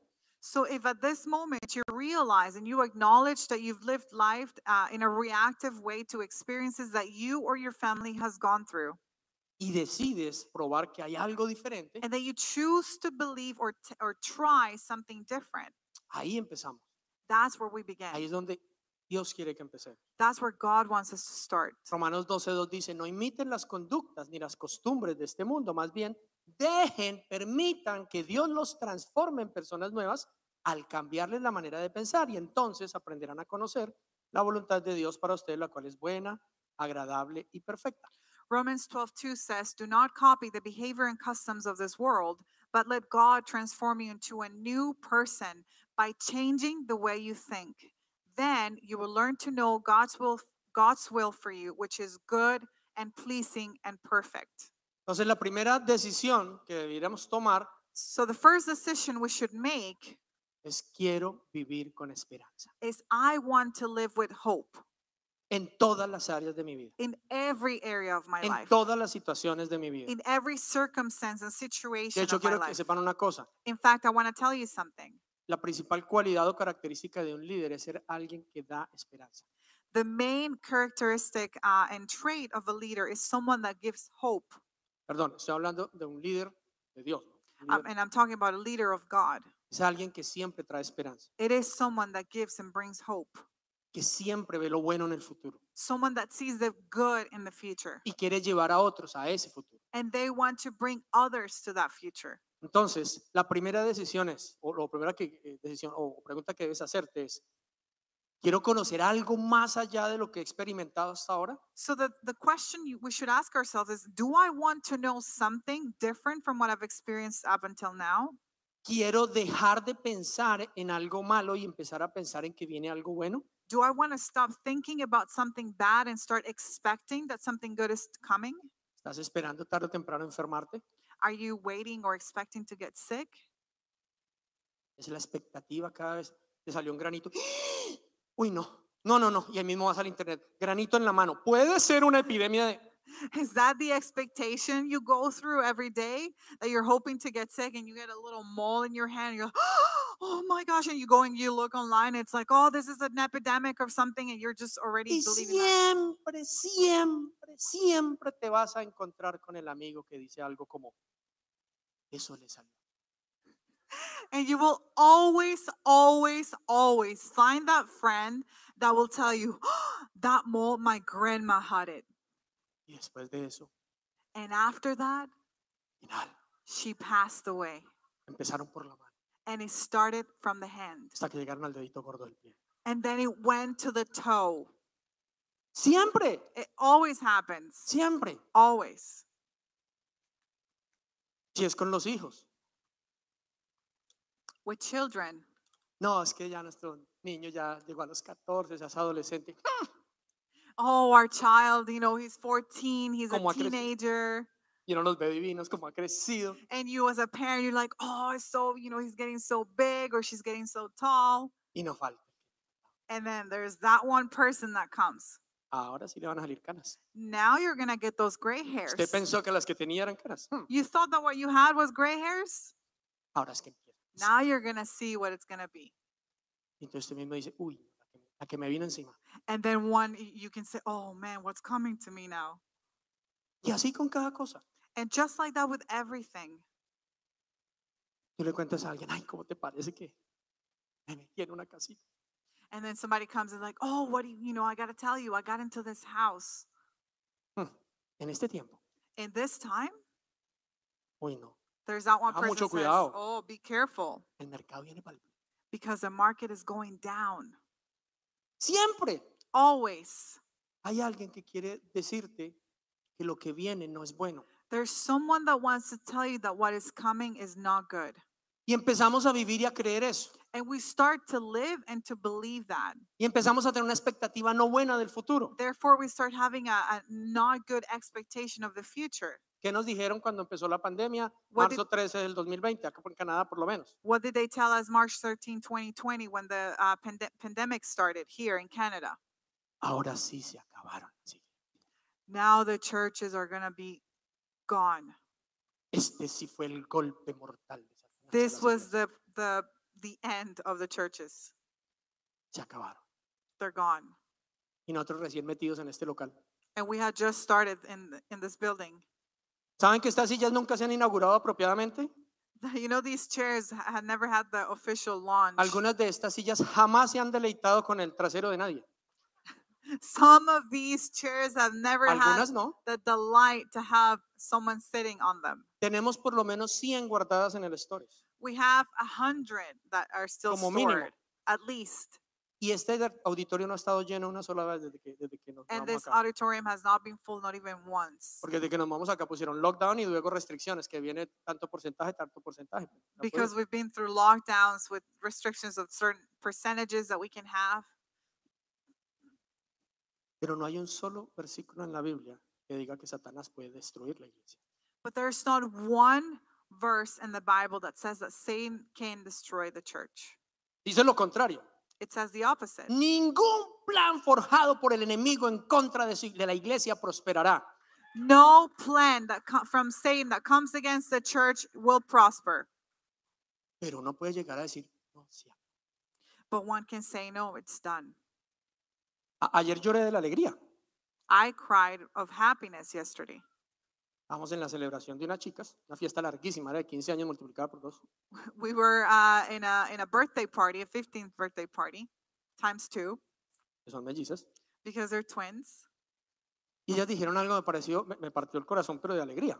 C: So, if at this moment you realize and you acknowledge that you've lived life uh, in a reactive way to experiences that you or your family has gone through,
B: y decides probar que hay algo diferente,
C: and that you choose to believe or, t- or try something different,
B: ahí empezamos.
C: that's where we
B: Ahí
C: begin.
B: es donde Dios quiere que empecemos.
C: That's where God wants us to start.
B: Romanos 12.2 dice, no imiten las conductas ni las costumbres de este mundo, más bien dejen, permitan que Dios los transforme en personas nuevas al cambiarles la manera de pensar y entonces aprenderán a conocer la voluntad de Dios para ustedes, la cual es buena, agradable y perfecta.
C: Romans 12:2 says, "Do not copy the behavior and customs of this world, but let God transform you into a new person by changing the way you think. Then you will learn to know God's will God's will for you, which is good and pleasing and perfect."
B: Entonces la primera decisión que deberíamos tomar
C: So the first decision we should make
B: es quiero vivir con esperanza
C: is I want to live with hope
B: en todas las áreas de mi vida,
C: in every area of my
B: en
C: life,
B: todas las situaciones de mi vida.
C: in every circumstance and
B: De
C: situation
B: hecho,
C: of my
B: quiero que
C: life.
B: sepan una cosa,
C: In fact, I want to tell you something.
B: la principal cualidad o característica de un líder es ser alguien que da esperanza.
C: the main characteristic uh, and trait of a leader is someone that gives hope.
B: Perdón, estoy hablando de un líder de Dios. ¿no? Un
C: Um,
B: líder-
C: and I'm talking about a leader of God.
B: es alguien que siempre trae esperanza,
C: It is someone that gives and brings hope,
B: que siempre ve lo bueno en el futuro
C: someone that sees the good in the future,
B: y quiere llevar a otros a ese futuro.
C: and they want to bring others to that future.
B: Entonces, la primera decisión es, o la primera que, eh, decisión o pregunta que debes hacerte es, ¿quiero conocer algo más allá de lo que he experimentado hasta ahora?
C: So, the, the question you, we should ask ourselves is Do I want to know something different from what I've experienced up until now?
B: ¿Quiero dejar de pensar en algo malo y empezar a pensar en que viene algo bueno?
C: Do I want to stop thinking about something bad and start expecting that something good is coming?
B: ¿Estás esperando tarde o temprano enfermarte?
C: Are you waiting or expecting to get sick?
B: Es la expectativa cada vez. Te salió un granito. Uy, no. No, no, no. Y ahí mismo vas al internet. Granito en la mano. Puede ser una epidemia de...
C: Is that the expectation you go through every day that you're hoping to get sick and you get a little mole in your hand? And you're like, oh my gosh. And you go and you look online. It's like, oh, this is an epidemic or something. And you're just already
B: Y
C: believing that.
B: siempre, siempre, siempre te vas a encontrar con el amigo que dice algo como, eso le salió.
C: And you will always, always, always find that friend that will tell you, that mole, my grandma had it.
B: Y después de eso,
C: And after that,
B: final,
C: she passed away.
B: empezaron por la mano
C: And it started from the hand.
B: hasta que llegaron al dedito gordo del pie.
C: And then it went to the toe.
B: Siempre,
C: It always happens.
B: siempre.
C: Always.
B: Si es con los hijos.
C: with children.
B: No, es que ya nuestro niño ya llegó a los 14, ya es adolescente.
C: Oh, our child, you know, he's 14, he's
B: Como ha
C: a
B: crecido.
C: teenager.
B: y uno los ve divinos como ha crecido.
C: And you, as a parent, you're like, oh, it's so, you know, he's getting so big or she's getting so tall.
B: Y no falta.
C: And then there's that one person that comes.
B: Ahora sí le van a salir canas.
C: Now you're going to get those gray hairs.
B: Usted pensó que las que tenía eran canas. Hmm,
C: You thought that what you had was gray hairs?
B: Ahora es que empieza.
C: Now you're going to see what it's going to be.
B: Y entonces usted mismo dice, uy, la que, la que me vino encima.
C: And then one, y- you can say, oh man, what's coming to me now?
B: Y así con cada cosa.
C: And just like that with everything.
B: Tú le cuentas a alguien, ay, ¿cómo te parece que me metí en una casita?
C: And then somebody comes and like, oh, what do you, you know, I got to tell you, I got into this house.
B: En este tiempo.
C: And this time,
B: Uy, no.
C: there's that one
B: Tenga
C: person
B: mucho
C: says,
B: cuidado.
C: oh, be careful
B: El mercado viene para el...
C: because the market is going down.
B: Siempre
C: Always.
B: hay alguien que quiere decirte que lo que viene no es bueno.
C: There's someone that wants to tell you that what is coming is not good.
B: Y empezamos a vivir y a creer eso.
C: And we start to live and to believe that.
B: Y empezamos a tener una expectativa no buena del futuro.
C: Therefore, we start having a, a not good expectation of the future.
B: ¿Qué nos dijeron cuando empezó la pandemia?
C: What did-
B: Marzo 13 del 2020, acá en Canadá por lo menos.
C: What did they tell us March 13, 2020, when the uh, pande- pandemic started here in Canada?
B: Ahora sí se acabaron. sí.
C: Now the churches are going to be gone.
B: Este sí fue el golpe mortal. de Satanás a
C: This
B: las
C: was
B: iglesias.
C: the, the, the end of the churches.
B: Se acabaron.
C: They're gone.
B: Y nosotros recién metidos en este local.
C: And we had just started in, th- in this building.
B: ¿Saben que estas sillas nunca se han inaugurado apropiadamente?
C: You know, these chairs ha- had never had the official launch.
B: Algunas de estas sillas jamás se han deleitado con el trasero de nadie.
C: Some of these chairs have never had
B: Algunas no.
C: the delight to have someone sitting on them.
B: Tenemos por lo menos 100 guardadas en el storage.
C: We have a hundred that are still
B: Como
C: stored,
B: mínimo.
C: at least.
B: Y este de- auditorio no ha estado lleno una sola vez desde que, desde que nos
C: And
B: mudamos
C: this
B: acá.
C: auditorium has not been full, not even once.
B: Porque desde que nos vamos acá pusieron lockdown y luego restricciones, que viene tanto porcentaje, tanto porcentaje. pero no puede.
C: Because we've been through lockdowns with restrictions of certain percentages that we can have.
B: Pero no hay un solo versículo en la Biblia que diga que Satanás puede destruir la iglesia.
C: But there's not one verse in the Bible that says that Satan can destroy the church.
B: Dice lo contrario.
C: It says the opposite.
B: Ningún plan forjado por el enemigo en contra de, su- de la iglesia prosperará.
C: No plan that co- from Satan that comes against the church will prosper.
B: Pero uno puede llegar a decir, "No, sí".
C: But one can say, no, it's done.
B: A- ayer lloré de la alegría.
C: I cried of happiness yesterday.
B: Estábamos en la celebración de unas chicas, una fiesta larguísima, era de 15 años multiplicada por dos.
C: We were uh, in a in a birthday party, a 15th birthday party, times two,
B: que son mellizas.
C: because they're twins.
B: Y ellas dijeron algo, me pareció, me, me partió el corazón, pero de alegría.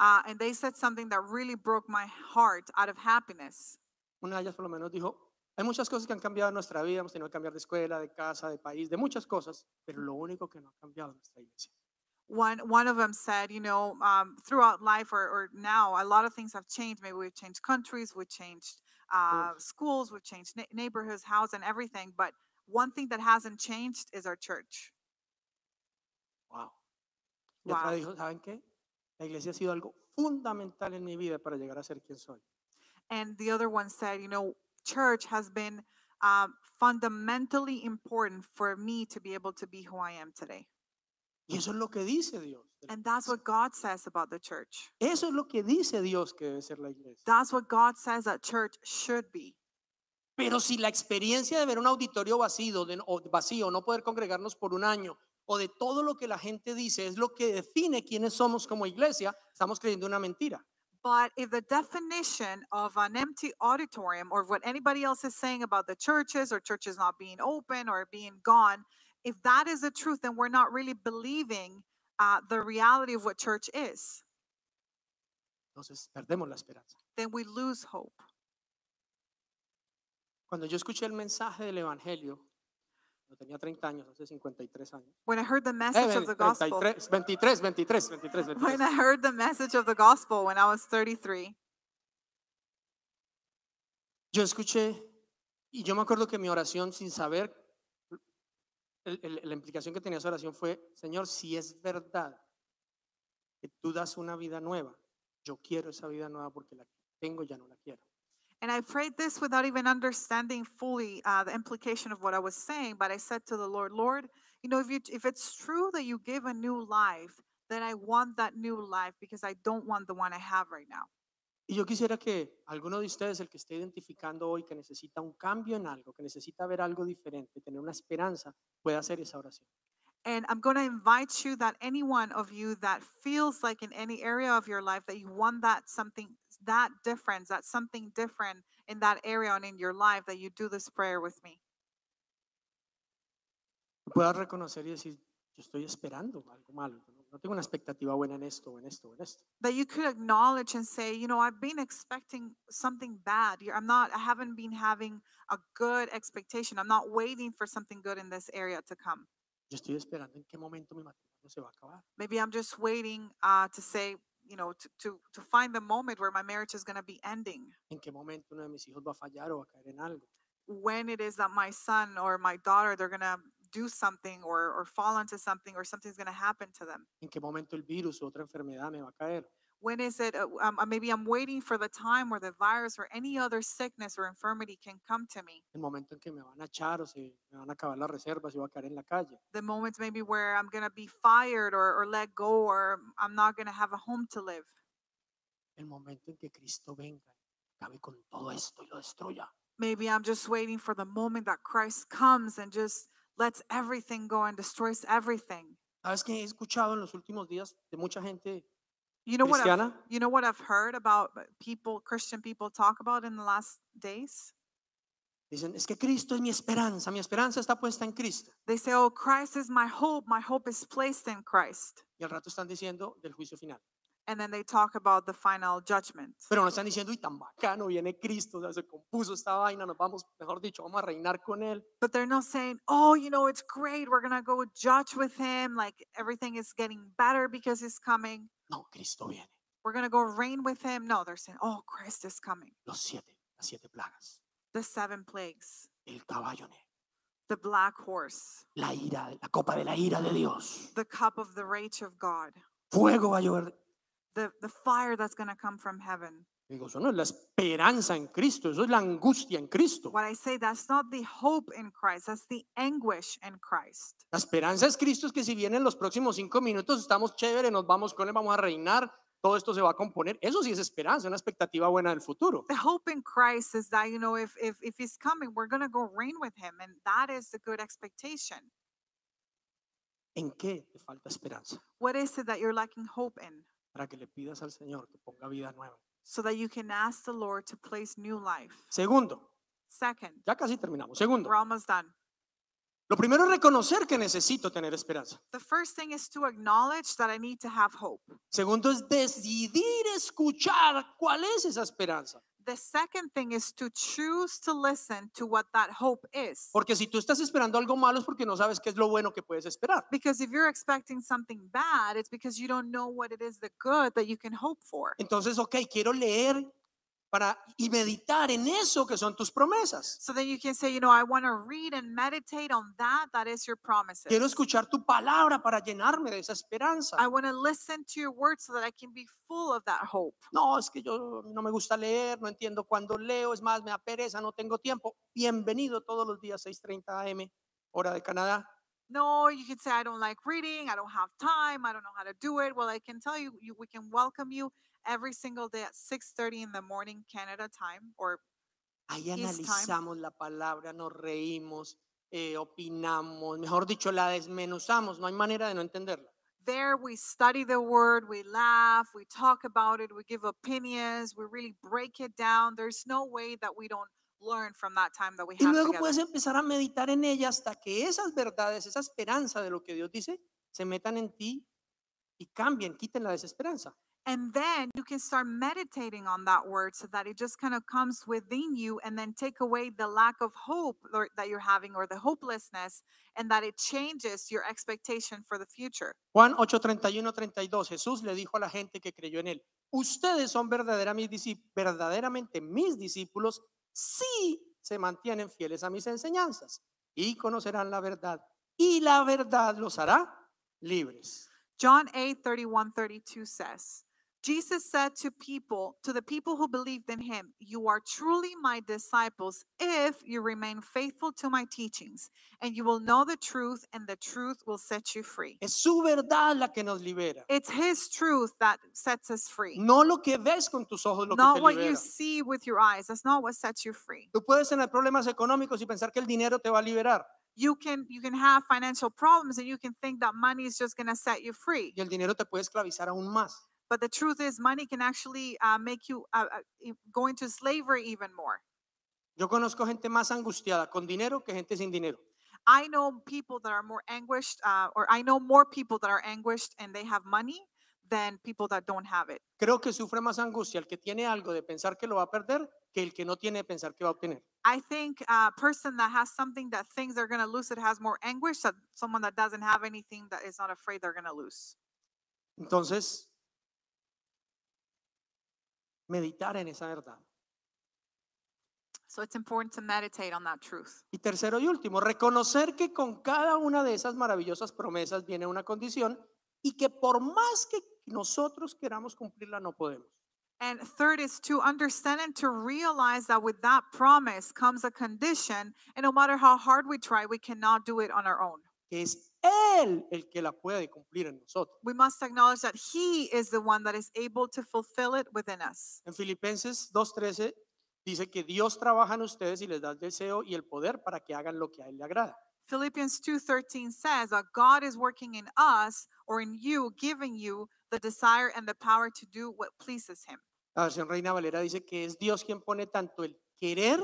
C: Uh, and they said something that really broke my heart out of happiness.
B: Una de ellas por lo menos dijo, hay muchas cosas que han cambiado en nuestra vida, hemos tenido que cambiar de escuela, de casa, de país, de muchas cosas, pero lo único que no ha cambiado es nuestra iglesia.
C: One one of them said, you know, um, throughout life or, or now, a lot of things have changed. Maybe we've changed countries, we've changed uh, schools, we've changed nei- neighborhoods, house, and everything. But one thing that hasn't changed is our church.
B: Wow. Y otra
C: Wow.
B: dijo, ¿saben qué? La iglesia ha sido algo fundamental en mi vida para llegar a ser quien soy.
C: And the other one said, you know, church has been um, fundamentally important for me to be able to be who I am today.
B: Y eso es lo que dice Dios. de la
C: And that's
B: iglesia.
C: what God says about the church.
B: Eso es lo que dice Dios que debe ser la iglesia.
C: That's what God says that church should be.
B: Pero si la experiencia de ver un auditorio vacío, de, o vacío, no poder congregarnos por un año, o de todo lo que la gente dice es lo que define quiénes somos como iglesia, estamos creyendo una mentira.
C: But if the definition of an empty auditorium or what anybody else is saying about the churches or churches not being open or being gone, if that is the truth, then we're not really believing uh, the reality of what church is.
B: Entonces perdemos la esperanza.
C: Then we lose hope.
B: Cuando yo escuché el mensaje del Evangelio, yo tenía 30 años, hace 53 años.
C: When I heard the
B: Eh,
C: message
B: ven-
C: of the gospel,
B: 33, 23, 23, 23,
C: when
B: 23.
C: I heard the message of the gospel when I was 33,
B: Yo escuché, y yo me acuerdo que mi oración, sin saber el- el- la implicación que tenía esa oración, fue: Señor, si es verdad que tú das una vida nueva. Yo quiero esa vida nueva porque la que tengo ya no la quiero.
C: And I prayed this without even understanding fully uh, the implication of what I was saying. But I said to the Lord, Lord, you know, if, you, if it's true that you give a new life, then I want that new life because I don't want the one I have right now.
B: Y yo quisiera que alguno de ustedes, el que esté identificando hoy que necesita un cambio en algo, que necesita ver algo diferente, tener una esperanza, pueda hacer esa oración.
C: And I'm going to invite you that any one of you that feels like in any area of your life that you want that something that difference, that something different in that area and in your life, that you do this prayer with me.
B: Pueda reconocer y decir, yo estoy esperando algo malo, no- no tengo una expectativa buena en esto, o en esto, o en esto.
C: That you could acknowledge and say, you know, I've been expecting something bad. You- I'm not, I haven't been having a good expectation. I'm not waiting for something good in this area to come.
B: Yo estoy esperando en qué momento mi matrimonio se va a acabar.
C: Maybe I'm just waiting uh, to say, you know, to, to, to find the moment where my marriage is going to be ending.
B: en qué momento uno de mis hijos va a fallar o va a caer en algo.
C: when it is that my son or my daughter they're gonna do something or or fall into something or something's gonna happen to them
B: En qué momento el virus u otra enfermedad me va a caer.
C: when is it uh, um, uh, maybe i'm waiting for the time where the virus or any other sickness or infirmity can come to me
B: El momento en que me van a echar o se me van a acabar las reservas y voy a caer en la calle.
C: the moments maybe where i'm gonna be fired or, or let go or i'm not gonna have a home to live
B: El momento en que Cristo venga, acabe con todo esto y lo destruya.
C: maybe i'm just waiting for the moment that christ comes and just lets everything go and destroys everything
B: ¿Sabes qué he escuchado en los últimos días de mucha gente
C: you know what I've-
B: cristiana?
C: you know what i've heard about uh, people christian people talk about in the last days
B: Dicen, es que Cristo es mi esperanza, mi esperanza está puesta en Cristo.
C: They say, Oh, Christ is my hope. My hope is placed in Christ.
B: Y al rato están diciendo del juicio final.
C: And then they talk about the final judgment.
B: Pero no están diciendo, uy, tan bacano, viene Cristo, o sea, se compuso esta vaina, nos vamos, mejor dicho, vamos a reinar con Él.
C: But they're not saying, Oh, you know, it's great. We're going to go judge with him. Like everything is getting better because he's coming.
B: No, Cristo viene.
C: We're going to go reign with him. No, they're saying, Oh, Christ is coming.
B: los siete, las siete plagas,
C: The seven plagues,
B: el caballo negro,
C: the black horse,
B: la ira, la copa de la ira de Dios.
C: the cup of the rage of God,
B: Fuego va a llover.
C: the, the fire that's going to come from heaven.
B: Digo, eso no es la esperanza en Cristo, eso es la angustia en Cristo.
C: What I say, that's not the hope in Christ, that's the anguish in Christ.
B: La esperanza es Cristo, es que si vienen los próximos cinco minutos, estamos chévere, nos vamos con él, vamos a reinar, todo esto se va a componer. Eso sí es esperanza, una expectativa buena del futuro.
C: the hope in Christ is that you know if if if he's coming, we're gonna go reign with him, and that is the good expectation.
B: ¿En qué te falta esperanza?
C: What is it that you're lacking hope in?
B: Para que le pidas al Señor que ponga vida nueva.
C: So that you can ask the Lord to place new life.
B: Segundo,
C: Second,
B: ya casi terminamos. Segundo,
C: we're almost done.
B: lo primero es reconocer que necesito tener esperanza.
C: The first thing is to acknowledge that I need to have hope.
B: Segundo es decidir escuchar cuál es esa esperanza.
C: The second thing is to choose to listen to what that hope is.
B: Porque si tú estás esperando algo malo es porque no sabes qué es lo bueno que puedes esperar.
C: Because if you're expecting something bad, it's because you don't know what it is the good that you can hope for.
B: Entonces, ok, quiero leer para y meditar en eso que son tus promesas.
C: So then you can say, you know, I want to read and meditate on that. That is your promises.
B: Quiero escuchar tu palabra para llenarme de esa
C: I
B: esperanza.
C: want to listen to your word so that I can be full of that hope.
B: No, es que yo no me gusta leer, no entiendo cuándo leo, es más, me da pereza, no tengo tiempo. Bienvenido todos los días 6:30 a.m. hora de Canadá.
C: No, you could say I don't like reading, I don't have time, I don't know how to do it. Well, I can tell you, you we can welcome you every single day at 6:30 in the morning Canada time or
B: Ahí
C: time.
B: analizamos la palabra, nos reímos, eh, opinamos, mejor dicho, la desmenuzamos, no hay manera de no entenderla.
C: there we study the word, we laugh, we talk about it, we give opinions, we really break it down. There's no way that we don't learn from that time that we
B: Y
C: have
B: luego
C: together.
B: puedes empezar a meditar en ella hasta que esas verdades, esa esperanza de lo que Dios dice, se metan en ti y cambien, quiten la desesperanza.
C: And then you can start meditating on that word so that it just kind of comes within you and then take away the lack of hope or, that you're having or the hopelessness and that it changes your expectation for the future.
B: Juan 8, 31, 32, Jesús le dijo a la gente que creyó en él, ustedes son verdaderamente mis, discíp- verdaderamente mis discípulos si se mantienen fieles a mis enseñanzas y conocerán la verdad y la verdad los hará libres.
C: John 8 31 32 says, Jesus said to people, to the people who believed in him, You are truly my disciples if you remain faithful to my teachings, and you will know the truth, and the truth will set you free.
B: Es su verdad la que nos libera.
C: It's his truth that sets us free,
B: No lo que ves con tus ojos lo que
C: not
B: te
C: what you
B: libera.
C: see with your eyes. That's not what sets you free.
B: Tú puedes tener problemas económicos y pensar que el dinero te va a liberar
C: You can you can have financial problems and you can think that money is just going to set you free.
B: y el dinero te puede esclavizar aún más.
C: But the truth is, money can actually uh, make you uh, uh, e- go into slavery even more.
B: Yo conozco gente más angustiada con dinero que gente sin dinero.
C: I know people that are more anguished, uh, or I know more people that are anguished and they have money than people that don't have it.
B: Creo que sufre más angustia el que tiene algo de pensar que lo va a perder que el que no tiene de pensar que va a obtener.
C: I think a person that has something that thinks they're going to lose it has more anguish than someone that doesn't have anything that is not afraid they're going to lose.
B: Entonces, meditar en esa verdad.
C: So it's important to meditate on that truth.
B: Y tercero y último, reconocer que con cada una de esas maravillosas promesas viene una condición y que por más que nosotros queramos cumplirla, no podemos.
C: And third is to understand and to realize that with that promise comes a condition, and no matter how hard we try, we cannot do it on our own.
B: Que es Él el que la puede cumplir en nosotros.
C: We must acknowledge that He is the one that is able to fulfill it within us.
B: En Filipenses 2.13 dice que Dios trabaja en ustedes y les da el deseo y el poder para que hagan lo que a Él le agrada.
C: Philippians 2:13 says that God is working in us or in you giving you the desire and the power to do what pleases him.
B: La versión Reina Valera dice que es Dios quien pone tanto el querer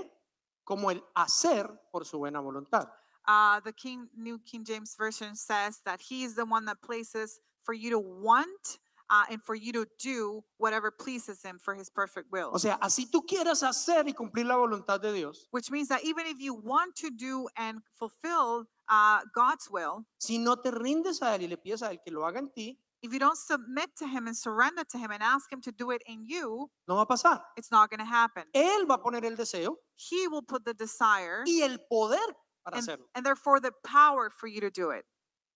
B: como el hacer por su buena voluntad.
C: Uh, the King New King James Version says that he is the one that places for you to want uh, and for you to do whatever pleases him for his perfect will.
B: O sea, así tú quieras hacer y cumplir la voluntad de Dios,
C: Which means that even if you want to do and fulfill uh, God's will,
B: si no te rindes a Él y le pides a Él que lo haga en ti,
C: if you don't submit to him and surrender to him and ask him to do it in you,
B: no va a pasar.
C: it's not going to happen.
B: Él va a poner el deseo
C: He will put the desire
B: y el poder para
C: and,
B: hacerlo.
C: and therefore the power for you to do it,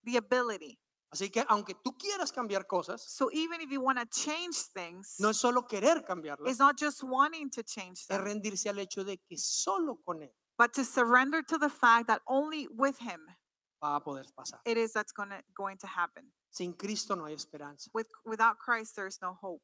C: the ability.
B: Así que aunque tú quieras cambiar cosas,
C: So even if you want to change things,
B: no es solo querer cambiarlas,
C: it's not just wanting to change
B: es
C: them,
B: rendirse al hecho de que solo con Él
C: but to surrender to the fact that only with Him
B: va a poder pasar.
C: it is that's gonna, going to happen.
B: Sin Cristo no hay esperanza.
C: With without Christ, there's no hope.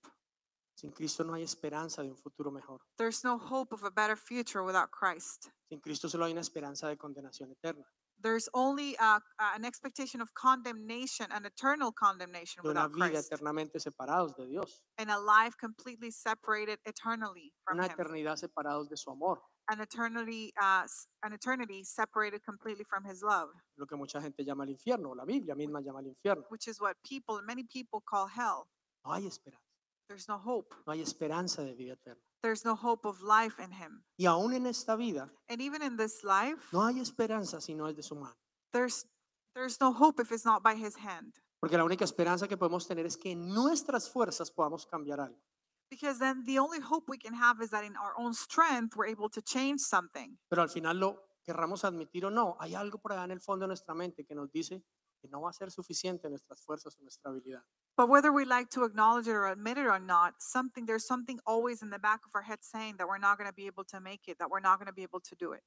B: Sin Cristo no hay esperanza de un futuro mejor.
C: There's no hope of a better future without Christ.
B: Sin Cristo solo hay una esperanza de condenación eterna,
C: There's only uh, uh, an expectation of condemnation, an eternal condemnation
B: de una
C: without
B: vida
C: Christ,
B: eternamente separados de Dios,
C: and a life completely separated eternally from
B: una
C: Him.
B: eternidad separados de su amor,
C: an eternity uh, s- an eternity separated completely from his love
B: lo que mucha gente llama el infierno, o la Biblia misma llama el infierno.
C: which is what people and many people call hell
B: No hay esperanza,
C: there's no hope
B: no hay esperanza de vida eterna.
C: there's no hope of life in him
B: Y aún en esta vida
C: and even in this life
B: no hay esperanza si no es de su mano,
C: there's there's no hope if it's not by his hand
B: porque la única esperanza que podemos tener es que en nuestras fuerzas podamos cambiar algo.
C: because then the only hope we can have is that in our own strength we're able to change something
B: Pero al final lo querramos admitir o no, hay algo por allá en el fondo de nuestra mente que nos dice que no va a ser suficiente nuestras fuerzas o nuestra habilidad.
C: but whether we like to acknowledge it or admit it or not something there's something always in the back of our head saying that we're not going to be able to make it that we're not going to be able to do it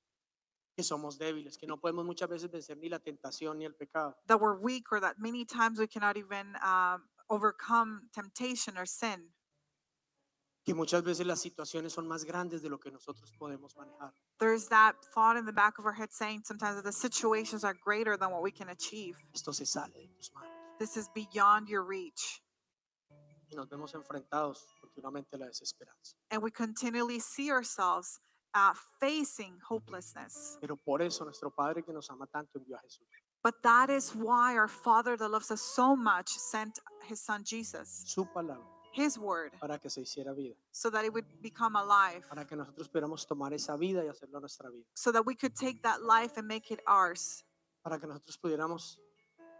B: que somos débiles, que no podemos muchas veces vencer ni la tentación ni el pecado.
C: that we're weak or that many times we cannot even um, overcome temptation or sin.
B: Que muchas veces las situaciones son más grandes de lo que nosotros podemos manejar.
C: There's that thought in the back of our head saying sometimes that the situations are greater than what we can achieve.
B: Esto se sale de tus manos
C: This is beyond your reach.
B: y nos vemos enfrentados continuamente a la desesperanza.
C: And we continually see ourselves uh, facing hopelessness.
B: Pero por eso nuestro Padre que nos ama tanto envió a Jesús.
C: But that is why our Father that loves us so much sent his son Jesus,
B: Su palabra
C: his word,
B: para que se hiciera vida,
C: so that it would become alive,
B: para que nosotros pudiéramos tomar esa vida y hacerlo nuestra vida,
C: so that we could take that life and make it ours.
B: para que nosotros pudiéramos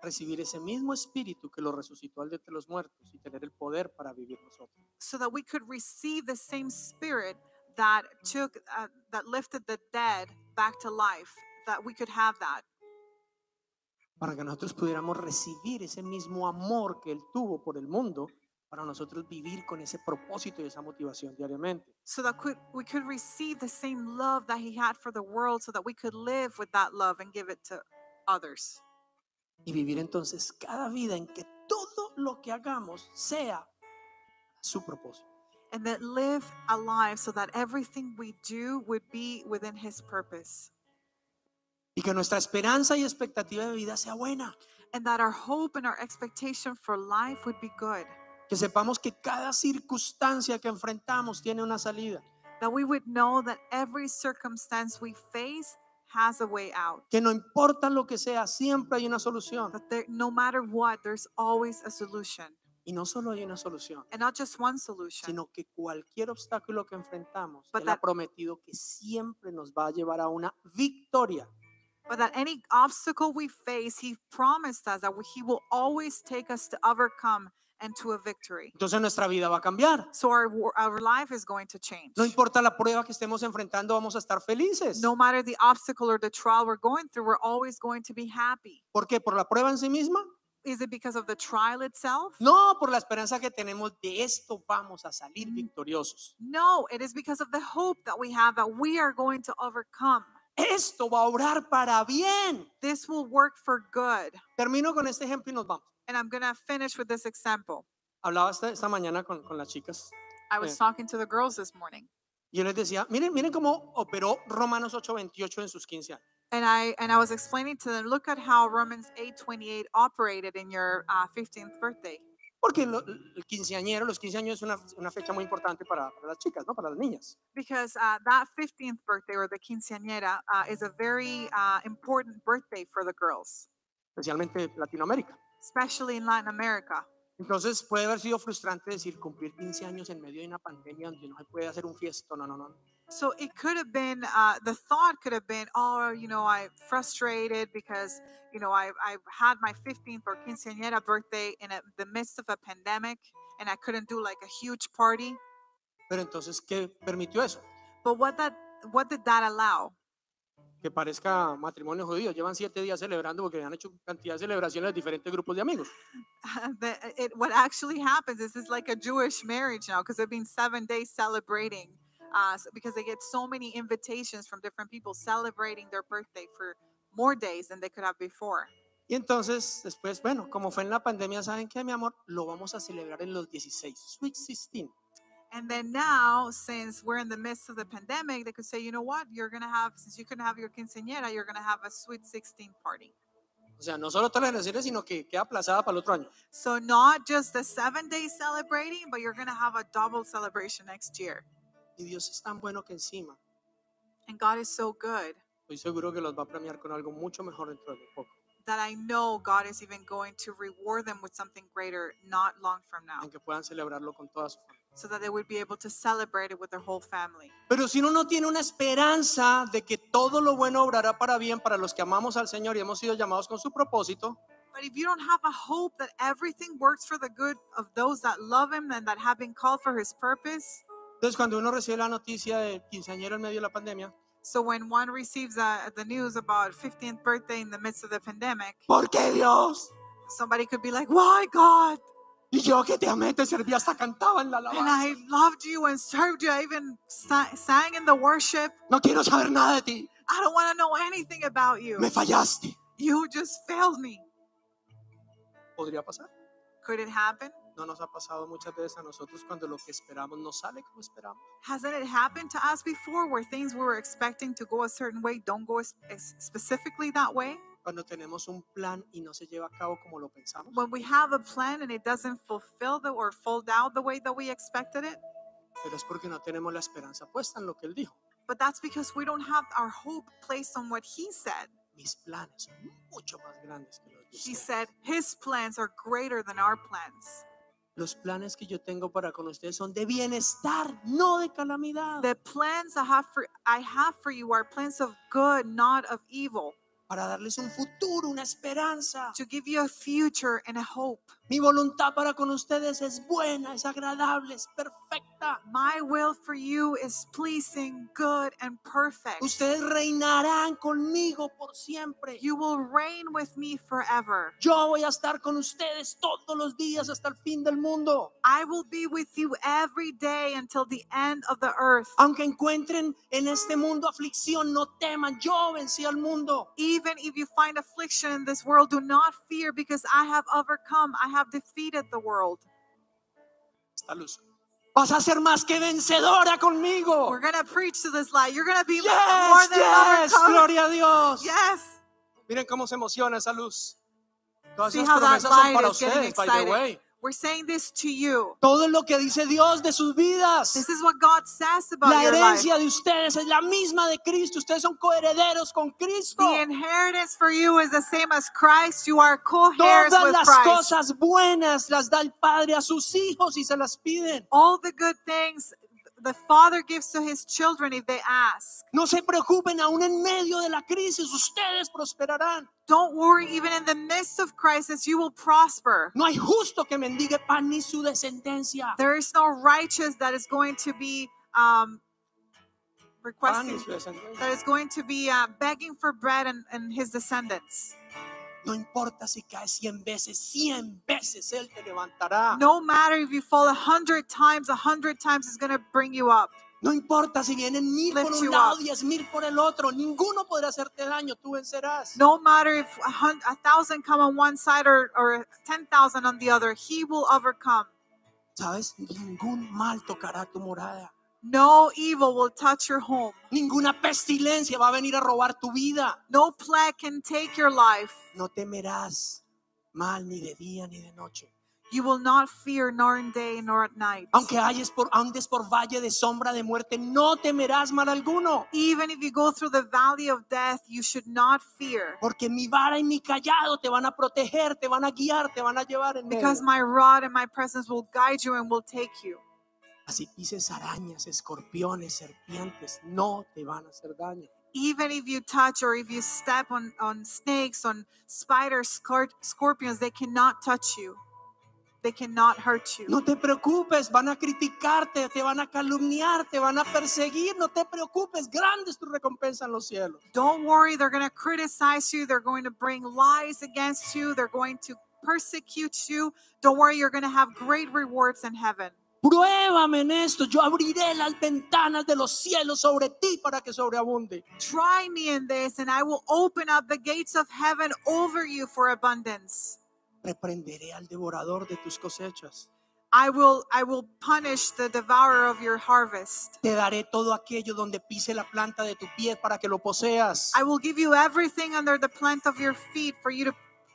B: recibir ese mismo espíritu que lo resucitó al de entre los muertos y tener el poder para vivir nosotros.
C: so that we could receive the same spirit that took uh, that lifted the dead back to life that we could have that
B: para que nosotros pudiéramos recibir ese mismo amor que Él tuvo por el mundo, para nosotros vivir con ese propósito y esa motivación diariamente.
C: so that could, we could receive the same love that he had for the world so that we could live with that love and give it to others
B: Y vivir entonces cada vida en que todo lo que hagamos sea su propósito.
C: and that live a life so that everything we do would be within his purpose
B: Y que nuestra esperanza y expectativa de vida sea buena.
C: and that our hope and our expectation for life would be good
B: Que sepamos que cada circunstancia que enfrentamos tiene una salida.
C: that we would know that every circumstance we face has a way out
B: Que no importa lo que sea, siempre hay una solución.
C: that there, no matter what there's always a solution
B: Y no solo hay una solución,
C: and not just one solution
B: sino que cualquier obstáculo que enfrentamos,
C: But
B: Él ha
C: that-
B: prometido que siempre nos va a llevar a una victoria.
C: But that any obstacle we face, He promised us that we- He will always take us to overcome and to a victory.
B: Entonces nuestra vida va a cambiar.
C: So our, wo- our life is going to change.
B: No importa la prueba que estemos enfrentando, vamos a estar felices.
C: No matter the obstacle or the trial we're going through, we're always going to be happy.
B: ¿Por qué? ¿Por la prueba en sí misma?
C: Is it because of the trial itself?
B: No, por la esperanza que tenemos de esto vamos a salir victoriosos.
C: No, it is because of the hope that we have that we are going to overcome.
B: Esto va a obrar para bien.
C: This will work for good.
B: Termino con este ejemplo y nos vamos.
C: And I'm going to finish with this example.
B: Hablaba esta, esta mañana con, con las chicas
C: I was
B: Yeah.
C: talking to the girls this morning.
B: y yo les decía, miren, miren cómo operó Romanos 8:28 en sus 15 años.
C: and I and I was explaining to them, look at how Romans 8:28 operated in your uh, 15th birthday,
B: Porque lo- el quinceañero, los 15 años es una, una fecha muy importante para, para las chicas, ¿no? Para las niñas.
C: because uh, that 15th birthday or the quinceañera uh, is a very uh, important birthday for the girls,
B: especialmente Latinoamérica.
C: especially in Latin America.
B: Entonces puede haber sido frustrante decir cumplir 15 años en medio de una pandemia donde no se puede hacer un fiesto, no, no, no.
C: So it could have been uh, the thought could have been, oh, you know, I'm frustrated because you know I I had my 15th or quinceañera birthday in a, the midst of a pandemic and I couldn't do like a huge party.
B: Pero entonces, ¿qué permitió eso?
C: But what that what did that allow?
B: Que parezca matrimonio judío. Llevan siete días celebrando porque han hecho cantidad de celebraciones de diferentes grupos de amigos.
C: the, it, what actually happens is it's like a Jewish marriage now because they've been seven days celebrating uh, s- because they get so many invitations from different people celebrating their birthday for more days than they could have before.
B: Y entonces, después, bueno, como fue en la pandemia, ¿saben qué, mi amor? Lo vamos a celebrar en los 16, Sweet 16.
C: And then now, since we're in the midst of the pandemic, they could say, you know what, you're going to have, since you couldn't have your quinceañera, you're going to have a sweet 16 party.
B: O sea, no solo todas las relaciones, sino que queda aplazada para el otro año.
C: So not just the seven days celebrating, but you're going to have a double celebration next year.
B: Y Dios es tan bueno que encima,
C: And God is so good.
B: estoy seguro que los va a premiar con algo mucho mejor dentro de poco.
C: that I know God is even going to reward them with something greater not long from now,
B: en que puedan celebrarlo con toda su familia.
C: so that they would be able to celebrate it with their whole family.
B: Pero si uno no tiene una esperanza de que todo lo bueno obrará para bien para los que amamos al Señor y hemos sido llamados con su propósito,
C: But if you don't have a hope that everything works for the good of those that love Him and that have been called for His purpose,
B: entonces cuando uno recibe la noticia del quinceañero en medio de la pandemia,
C: so when one receives uh, the news about 15th birthday in the midst of the pandemic,
B: ¿por qué Dios?
C: somebody could be like, "Why God?
B: Y yo que te amé, te serví, hasta cantaba en la
C: And
B: alabanza.
C: I loved you and served you. I even sa- sang in the worship.
B: No quiero saber nada de ti,
C: I don't want to know anything about you.
B: me fallaste.
C: You just failed me."
B: ¿Podría pasar?
C: Could it happen?
B: No nos ha pasado muchas veces a nosotros cuando lo que esperamos no sale como esperamos.
C: Hasn't it happened to us before where things we were expecting to go a certain way don't go as, as specifically that way?
B: Cuando tenemos un plan y no se lleva a cabo como lo pensamos.
C: When we have a plan and it doesn't fulfill the, or fold out the way that we expected it?
B: Pero es porque no tenemos la esperanza puesta en lo que Él dijo.
C: But that's because we don't have our hope placed on what he said.
B: mis planes son mucho más grandes que los de
C: He
B: ustedes.
C: said, His plans are greater than our plans.
B: Los planes que yo tengo para con ustedes son de bienestar, no de calamidad,
C: The plans I have for I have for you are plans of good, not of evil,
B: para darles un futuro, una esperanza.
C: to give you a future and a hope.
B: Mi voluntad para con ustedes es buena, es agradable, es perfecta.
C: My will for you is pleasing, good, and perfect.
B: Ustedes reinarán conmigo por siempre.
C: You will reign with me forever.
B: Yo voy a estar con ustedes todos los días hasta el fin del mundo.
C: I will be with you every day until the end of the earth.
B: Aunque encuentren en este mundo aflicción, no teman. Yo vencí al mundo.
C: Even if you find affliction in this world, do not fear because I have overcome, I have defeated the world.
B: Esta luz. Vas a ser más que vencedora conmigo.
C: We're going to preach to this light. You're going to be
B: Yes,
C: more than an
B: yes,
C: overcomer.
B: gloria a Dios.
C: Yes.
B: Miren cómo se emociona esa luz. Todas
C: See
B: esas
C: how that
B: promesas son
C: light
B: para
C: is getting
B: ustedes, by the
C: excited.
B: way.
C: We're saying this to you.
B: Todo lo que dice Dios de sus vidas.
C: This is what God says about
B: La
C: your life.
B: herencia de ustedes es la misma de Cristo. Ustedes son coherederos con Cristo.
C: The inheritance for you is the same as Christ. You are co-heirs
B: Todas
C: with
B: las
C: Christ.
B: cosas buenas las da el Padre a sus hijos y se las piden.
C: All the good things the Father gives to His children if they ask.
B: No se preocupen, aún en medio de la crisis, ustedes prosperarán.
C: Don't worry, even in the midst of crisis, you will prosper.
B: No hay justo que mendigue pan ni su descendencia.
C: There is no righteous that is going to be
B: Pan
C: um, requesting,
B: y su descendencia.
C: that is going to be uh, begging for bread and, and his descendants.
B: No importa si caes cien veces, cien veces Él te levantará.
C: No matter if you fall a hundred times, a hundred times is going to bring you up.
B: No importa si vienen mil por
C: Lift
B: un
C: you
B: lado,
C: up.
B: diez mil por el otro. Ninguno podrá hacerte daño, tú vencerás.
C: No matter if a, hun- a thousand come on one side or, or 10,000 on the other, he will overcome.
B: ¿Sabes? Ningún mal tocará tu morada.
C: No evil will touch your home.
B: Ninguna pestilencia va a venir a robar tu vida.
C: No plague can take your life.
B: No temerás mal ni de día ni de noche.
C: You will not fear nor in day nor at night.
B: Aunque halles por, andes por valle de sombra de muerte, no temerás mal alguno.
C: Even if you go through the valley of death, you should not fear.
B: Porque mi vara y mi callado te van a proteger, te van a guiar, te van a llevar en medio.
C: Because my rod and my presence will guide you and will take you.
B: Así pises arañas, escorpiones, serpientes, no te van a hacer daño.
C: Even if you touch or if you step on, on snakes, on spiders, scor- scorpions, they cannot touch you. They cannot hurt you.
B: No te preocupes, van a criticarte, te van a calumniar, te van a perseguir, no te preocupes, grande es tu recompensa en los cielos.
C: Don't worry, they're going to criticize you. They're going to bring lies against you. They're going to persecute you. Don't worry, you're going to have great rewards in heaven.
B: Pruébame en esto, yo abriré las ventanas de los cielos sobre ti para que sobreabunde.
C: Try me in this, and I will open up the gates of heaven over you for abundance.
B: Reprenderé al devorador de tus cosechas.
C: I will I will punish the devourer of your harvest.
B: Te daré todo aquello donde pise la planta de tu pie para que lo poseas.
C: I will give you everything under the plant of your feet for you to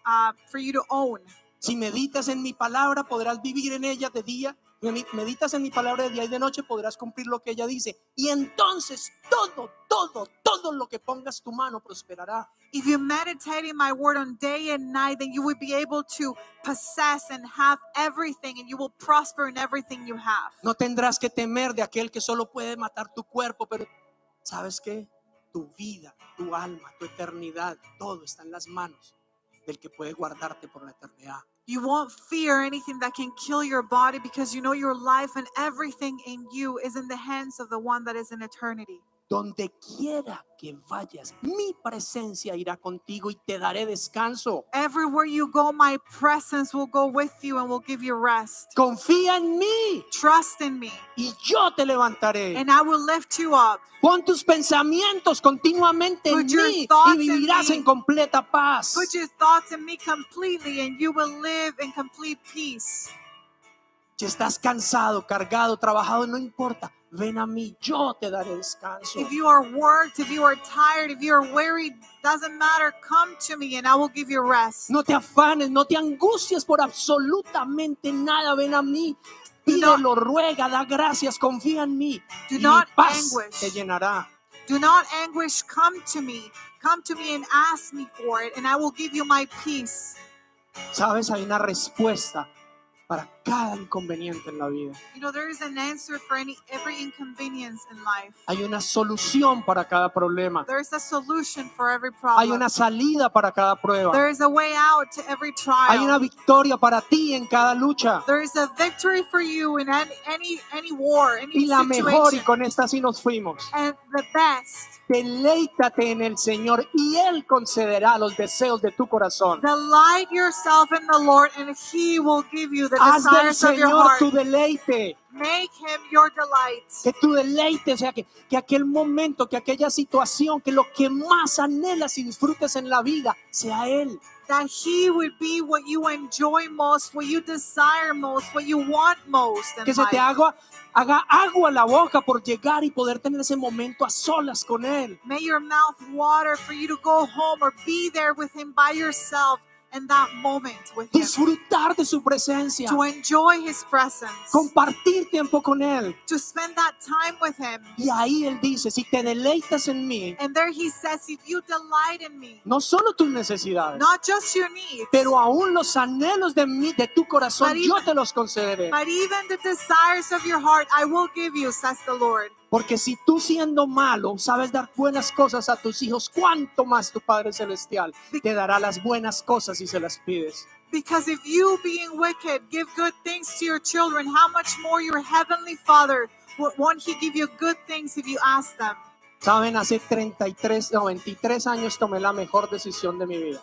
C: uh, for you to own.
B: Si meditas en mi palabra, podrás vivir en ella de día. Medi- Meditas en mi palabra de día y de noche, podrás cumplir lo que ella dice. Y entonces todo, todo, todo lo que pongas tu mano prosperará.
C: If you meditate in my word on day and night, then you will be able to possess and have everything, and you will prosper in everything you have.
B: No tendrás que temer de aquel que solo puede matar tu cuerpo, pero ¿sabes qué? Tu vida, tu alma, tu eternidad, todo está en las manos del que puede guardarte por la eternidad.
C: You won't fear anything that can kill your body because you know your life and everything in you is in the hands of the one that is in eternity.
B: Donde quiera que vayas, mi presencia irá contigo y te daré descanso.
C: Everywhere you go, my presence will go with you and will give you rest.
B: Confía en mí.
C: Trust in me,
B: y yo te levantaré.
C: and I will lift you up.
B: Pon tus pensamientos continuamente en
C: Put your
B: mí
C: thoughts
B: y
C: in
B: vivirás
C: me.
B: en completa paz.
C: Put your thoughts in me completely, and you will live in complete peace.
B: Si estás cansado, cargado, trabajado, no importa. Ven a mí, yo te daré descanso.
C: If you are worked, if you are tired, if you are weary, doesn't matter. Come to me, and I will give you rest.
B: No te afanes, no te angusties por absolutamente nada. Ven a mí,
C: not-
B: pídelo, ruega, da gracias, confía en mí.
C: Do
B: y
C: not
B: mi paz
C: anguish.
B: te llenará.
C: Do not anguish. Come to me. Come to me and ask me for it, and I will give you my peace.
B: Sabes, hay una respuesta para cada inconveniente en la vida.
C: You know, there is an answer for any every inconvenience in life.
B: Hay una solución para cada problema.
C: There is a solution for every
B: Hay
C: problem.
B: una salida para cada prueba.
C: There is a way out to every trial.
B: Hay una victoria para ti en cada lucha.
C: There is a victory for you in any any, any war, any
B: Y la mejor, y
C: situation.
B: con esta sí nos fuimos.
C: And the best,
B: Deleítate en el Señor y Él concederá los deseos de tu corazón.
C: delight yourself in the Lord, and He will give you the
B: Haz del
C: desires of your
B: Señor tu
C: heart.
B: deleite.
C: Make Him your delight.
B: Que tu deleite sea que, que aquel momento, que aquella situación, que lo que más anhelas y disfrutes en la vida sea Él.
C: That He would be what you enjoy most, what you desire most, what you want most. In
B: Que se te
C: life.
B: haga, haga agua la boca por llegar y poder tener ese momento a solas con Él.
C: May your mouth water for you to go home or be there with Him by yourself in that moment with Him.
B: Disfrutar de su presencia.
C: To enjoy His presence.
B: Compartir tiempo con Él.
C: To spend that time with Him.
B: Y ahí Él dice, si te deleitas en mí,
C: And there He says, if you delight in me,
B: no solo tus necesidades,
C: not just your needs,
B: pero aún los anhelos de mí, de tu corazón,
C: But
B: yo
C: even-
B: te los concederé.
C: but even the desires of your heart, I will give you, says the Lord.
B: Porque si tú siendo malo sabes dar buenas cosas a tus hijos, cuánto más tu Padre Celestial te dará las buenas cosas si se las pides.
C: Because if you, being wicked, give good things to your children, how much more your heavenly Father wo- won't He give you good things if you ask them?
B: Saben, hace 33, no, 23 años tomé la mejor decisión de mi vida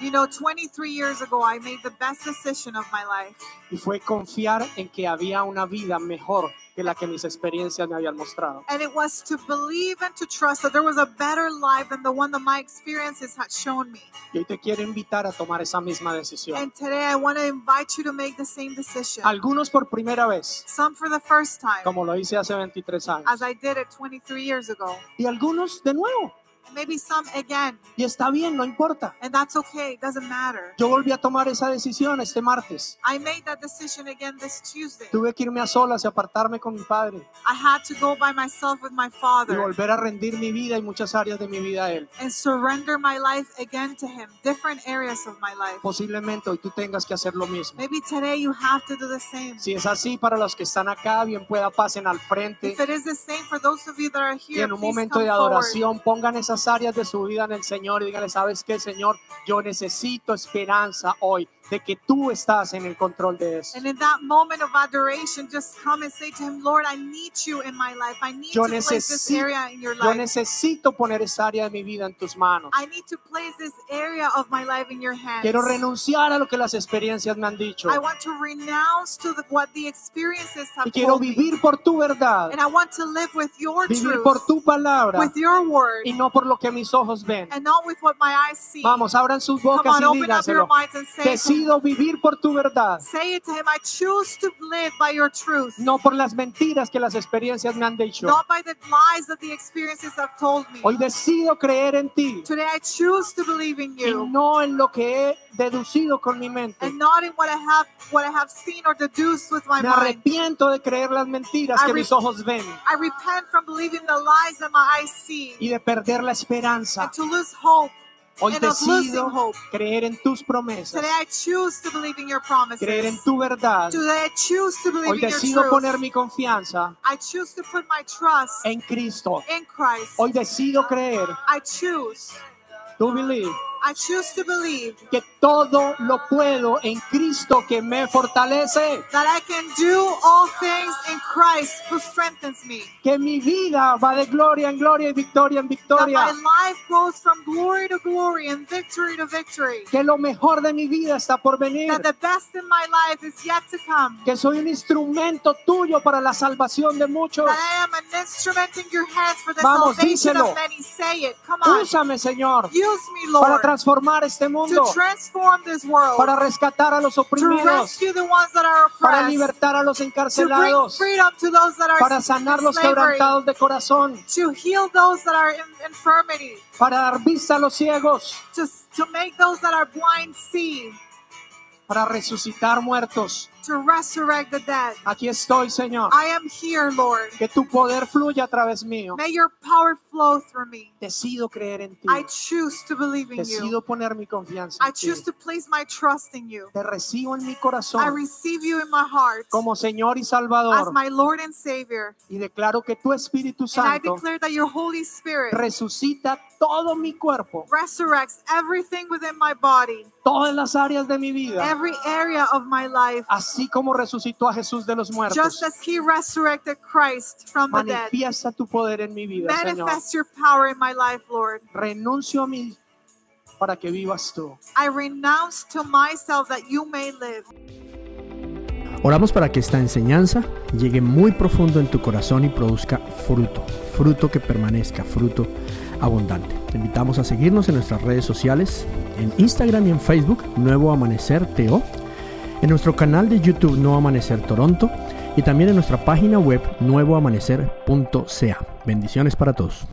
C: You know, 23 years ago, I made the best decision of my life.
B: y fue confiar en que había una vida mejor que la que mis experiencias me habían mostrado.
C: And it was to believe and to trust that there was a better life than the one that my experiences had shown me.
B: Y hoy te quiero invitar a tomar esa misma decisión.
C: And today, I want to invite you to make the same decision.
B: Algunos por primera vez,
C: Some for the first time,
B: como lo hice hace 23 años,
C: as I did it 23 years ago.
B: y algunos de nuevo.
C: Maybe some again.
B: Y está bien, no importa.
C: And that's okay. It doesn't matter.
B: Yo volví a tomar esa decisión este martes.
C: I made that decision again this Tuesday.
B: Tuve que irme a solas y apartarme con mi padre
C: I had to go by myself with my
B: y
C: father
B: volver a rendir mi vida y muchas áreas de mi vida a él.
C: and surrender my life again to him, different areas of my life.
B: Posiblemente hoy tú tengas que hacer lo mismo.
C: Maybe today you have to do the same.
B: Si es así, para los que están acá, bien pueda pasen al frente
C: If it is the same for those of you that are
B: y
C: here,
B: en un
C: please
B: momento
C: come
B: de
C: forward.
B: adoración pongan esas áreas de su vida en el Señor y díganle, ¿sabes qué, Señor? Yo necesito esperanza hoy de que tú estás en el control de eso.
C: And in that moment of adoration, just come and say to him, Lord, I need you in my life. I need
B: Yo
C: to place this
B: necesito-
C: area in your
B: Yo
C: life.
B: necesito poner esa área de mi vida en tus manos.
C: I need to place this area of my life in your hands.
B: Quiero renunciar a lo que las experiencias me han dicho
C: I want to renounce to the, what the experiences
B: y
C: have
B: quiero
C: told me.
B: vivir por tu verdad.
C: And I want to live with your
B: vivir
C: truth,
B: por tu palabra
C: with your word,
B: y no por lo que mis ojos ven.
C: and not with what my eyes see.
B: Vamos, abran sus
C: Come
B: bocas
C: on,
B: y
C: open up your
B: díganselo.
C: minds and say, to him-
B: Decido vivir por tu verdad,
C: say it to him, I choose to live by your truth,
B: no por las mentiras que las experiencias me han dicho.
C: not by the lies that the experiences have told me.
B: Hoy decido creer en ti
C: Today I choose to believe in
B: y
C: you
B: no en lo que he deducido con mi mente.
C: and not in what I have what I have seen or deduced with my
B: Me
C: mind.
B: arrepiento de creer las mentiras que
C: Arre-
B: mis ojos ven
C: I repent from believing the lies that my eyes see
B: y de perder la esperanza.
C: and to lose hope
B: Hoy
C: and of losing
B: decido
C: hope.
B: creer en tus promesas,
C: Today I choose to believe in your promises.
B: creer en tu verdad.
C: Today I choose to believe
B: Hoy
C: in your
B: decido poner
C: truth.
B: mi confianza
C: I choose to put my trust
B: en Cristo.
C: in Christ.
B: Hoy decido creer
C: I choose.
B: to believe
C: I choose to believe
B: que todo lo puedo en Cristo que me fortalece,
C: that I can do all things in Christ who strengthens me.
B: que mi vida va de gloria en gloria y victoria en
C: That
B: victoria,
C: my life goes from glory to glory and victory to victory.
B: que lo mejor de mi vida está por venir,
C: That the best in my life is yet to come.
B: que soy un instrumento tuyo para la salvación de muchos.
C: That I am an instrument in your hands for the
B: Vamos,
C: salvation
B: díselo.
C: of many. Say it. Come on.
B: Úsame, Señor,
C: Use me,
B: para
C: Lord,
B: transformar este mundo,
C: to transform this world,
B: para rescatar a los
C: to
B: oprimidos,
C: rescue the ones that are
B: para
C: oppressed,
B: libertar a los
C: to bring
B: encarcelados,
C: freedom to those that are
B: para
C: in
B: sanar los
C: slavery,
B: quebrantados de corazón,
C: to heal those that are in infirmity,
B: para dar vista a los ciegos,
C: to, to make those that are blind see,
B: para resucitar muertos.
C: to resurrect the dead.
B: Aquí estoy, Señor.
C: I am here, Lord.
B: Que tu poder fluya a través mío.
C: May your power flow through me.
B: Decido creer en ti.
C: I choose to believe in you.
B: Decido poner mi confianza
C: I
B: en ti.
C: choose to place my trust in you.
B: Te recibo en mi
C: I
B: corazón
C: receive you in my heart
B: como Señor y
C: as
B: Salvador
C: my Lord and Savior.
B: y declaro que tu Espíritu
C: And I
B: Santo
C: declare that your Holy Spirit
B: resucita todo mi cuerpo,
C: resurrects everything within my body,
B: todas las áreas de mi vida,
C: every area of my life,
B: así como resucitó a Jesús de los muertos.
C: just as He resurrected Christ from the dead.
B: Manifiesta tu poder en mi vida, Señor.
C: Manifest your power in my life, Lord.
B: Renuncio a mí para que vivas tú.
C: I renounce to myself that you may live.
A: Oramos para que esta enseñanza llegue muy profundo en tu corazón y produzca fruto, fruto que permanezca, fruto abundante. Te invitamos a seguirnos en nuestras redes sociales, en Instagram y en Facebook, Nuevo Amanecer TO, en nuestro canal de YouTube Nuevo Amanecer Toronto y también en nuestra página web nuevoamanecer.ca. Bendiciones para todos.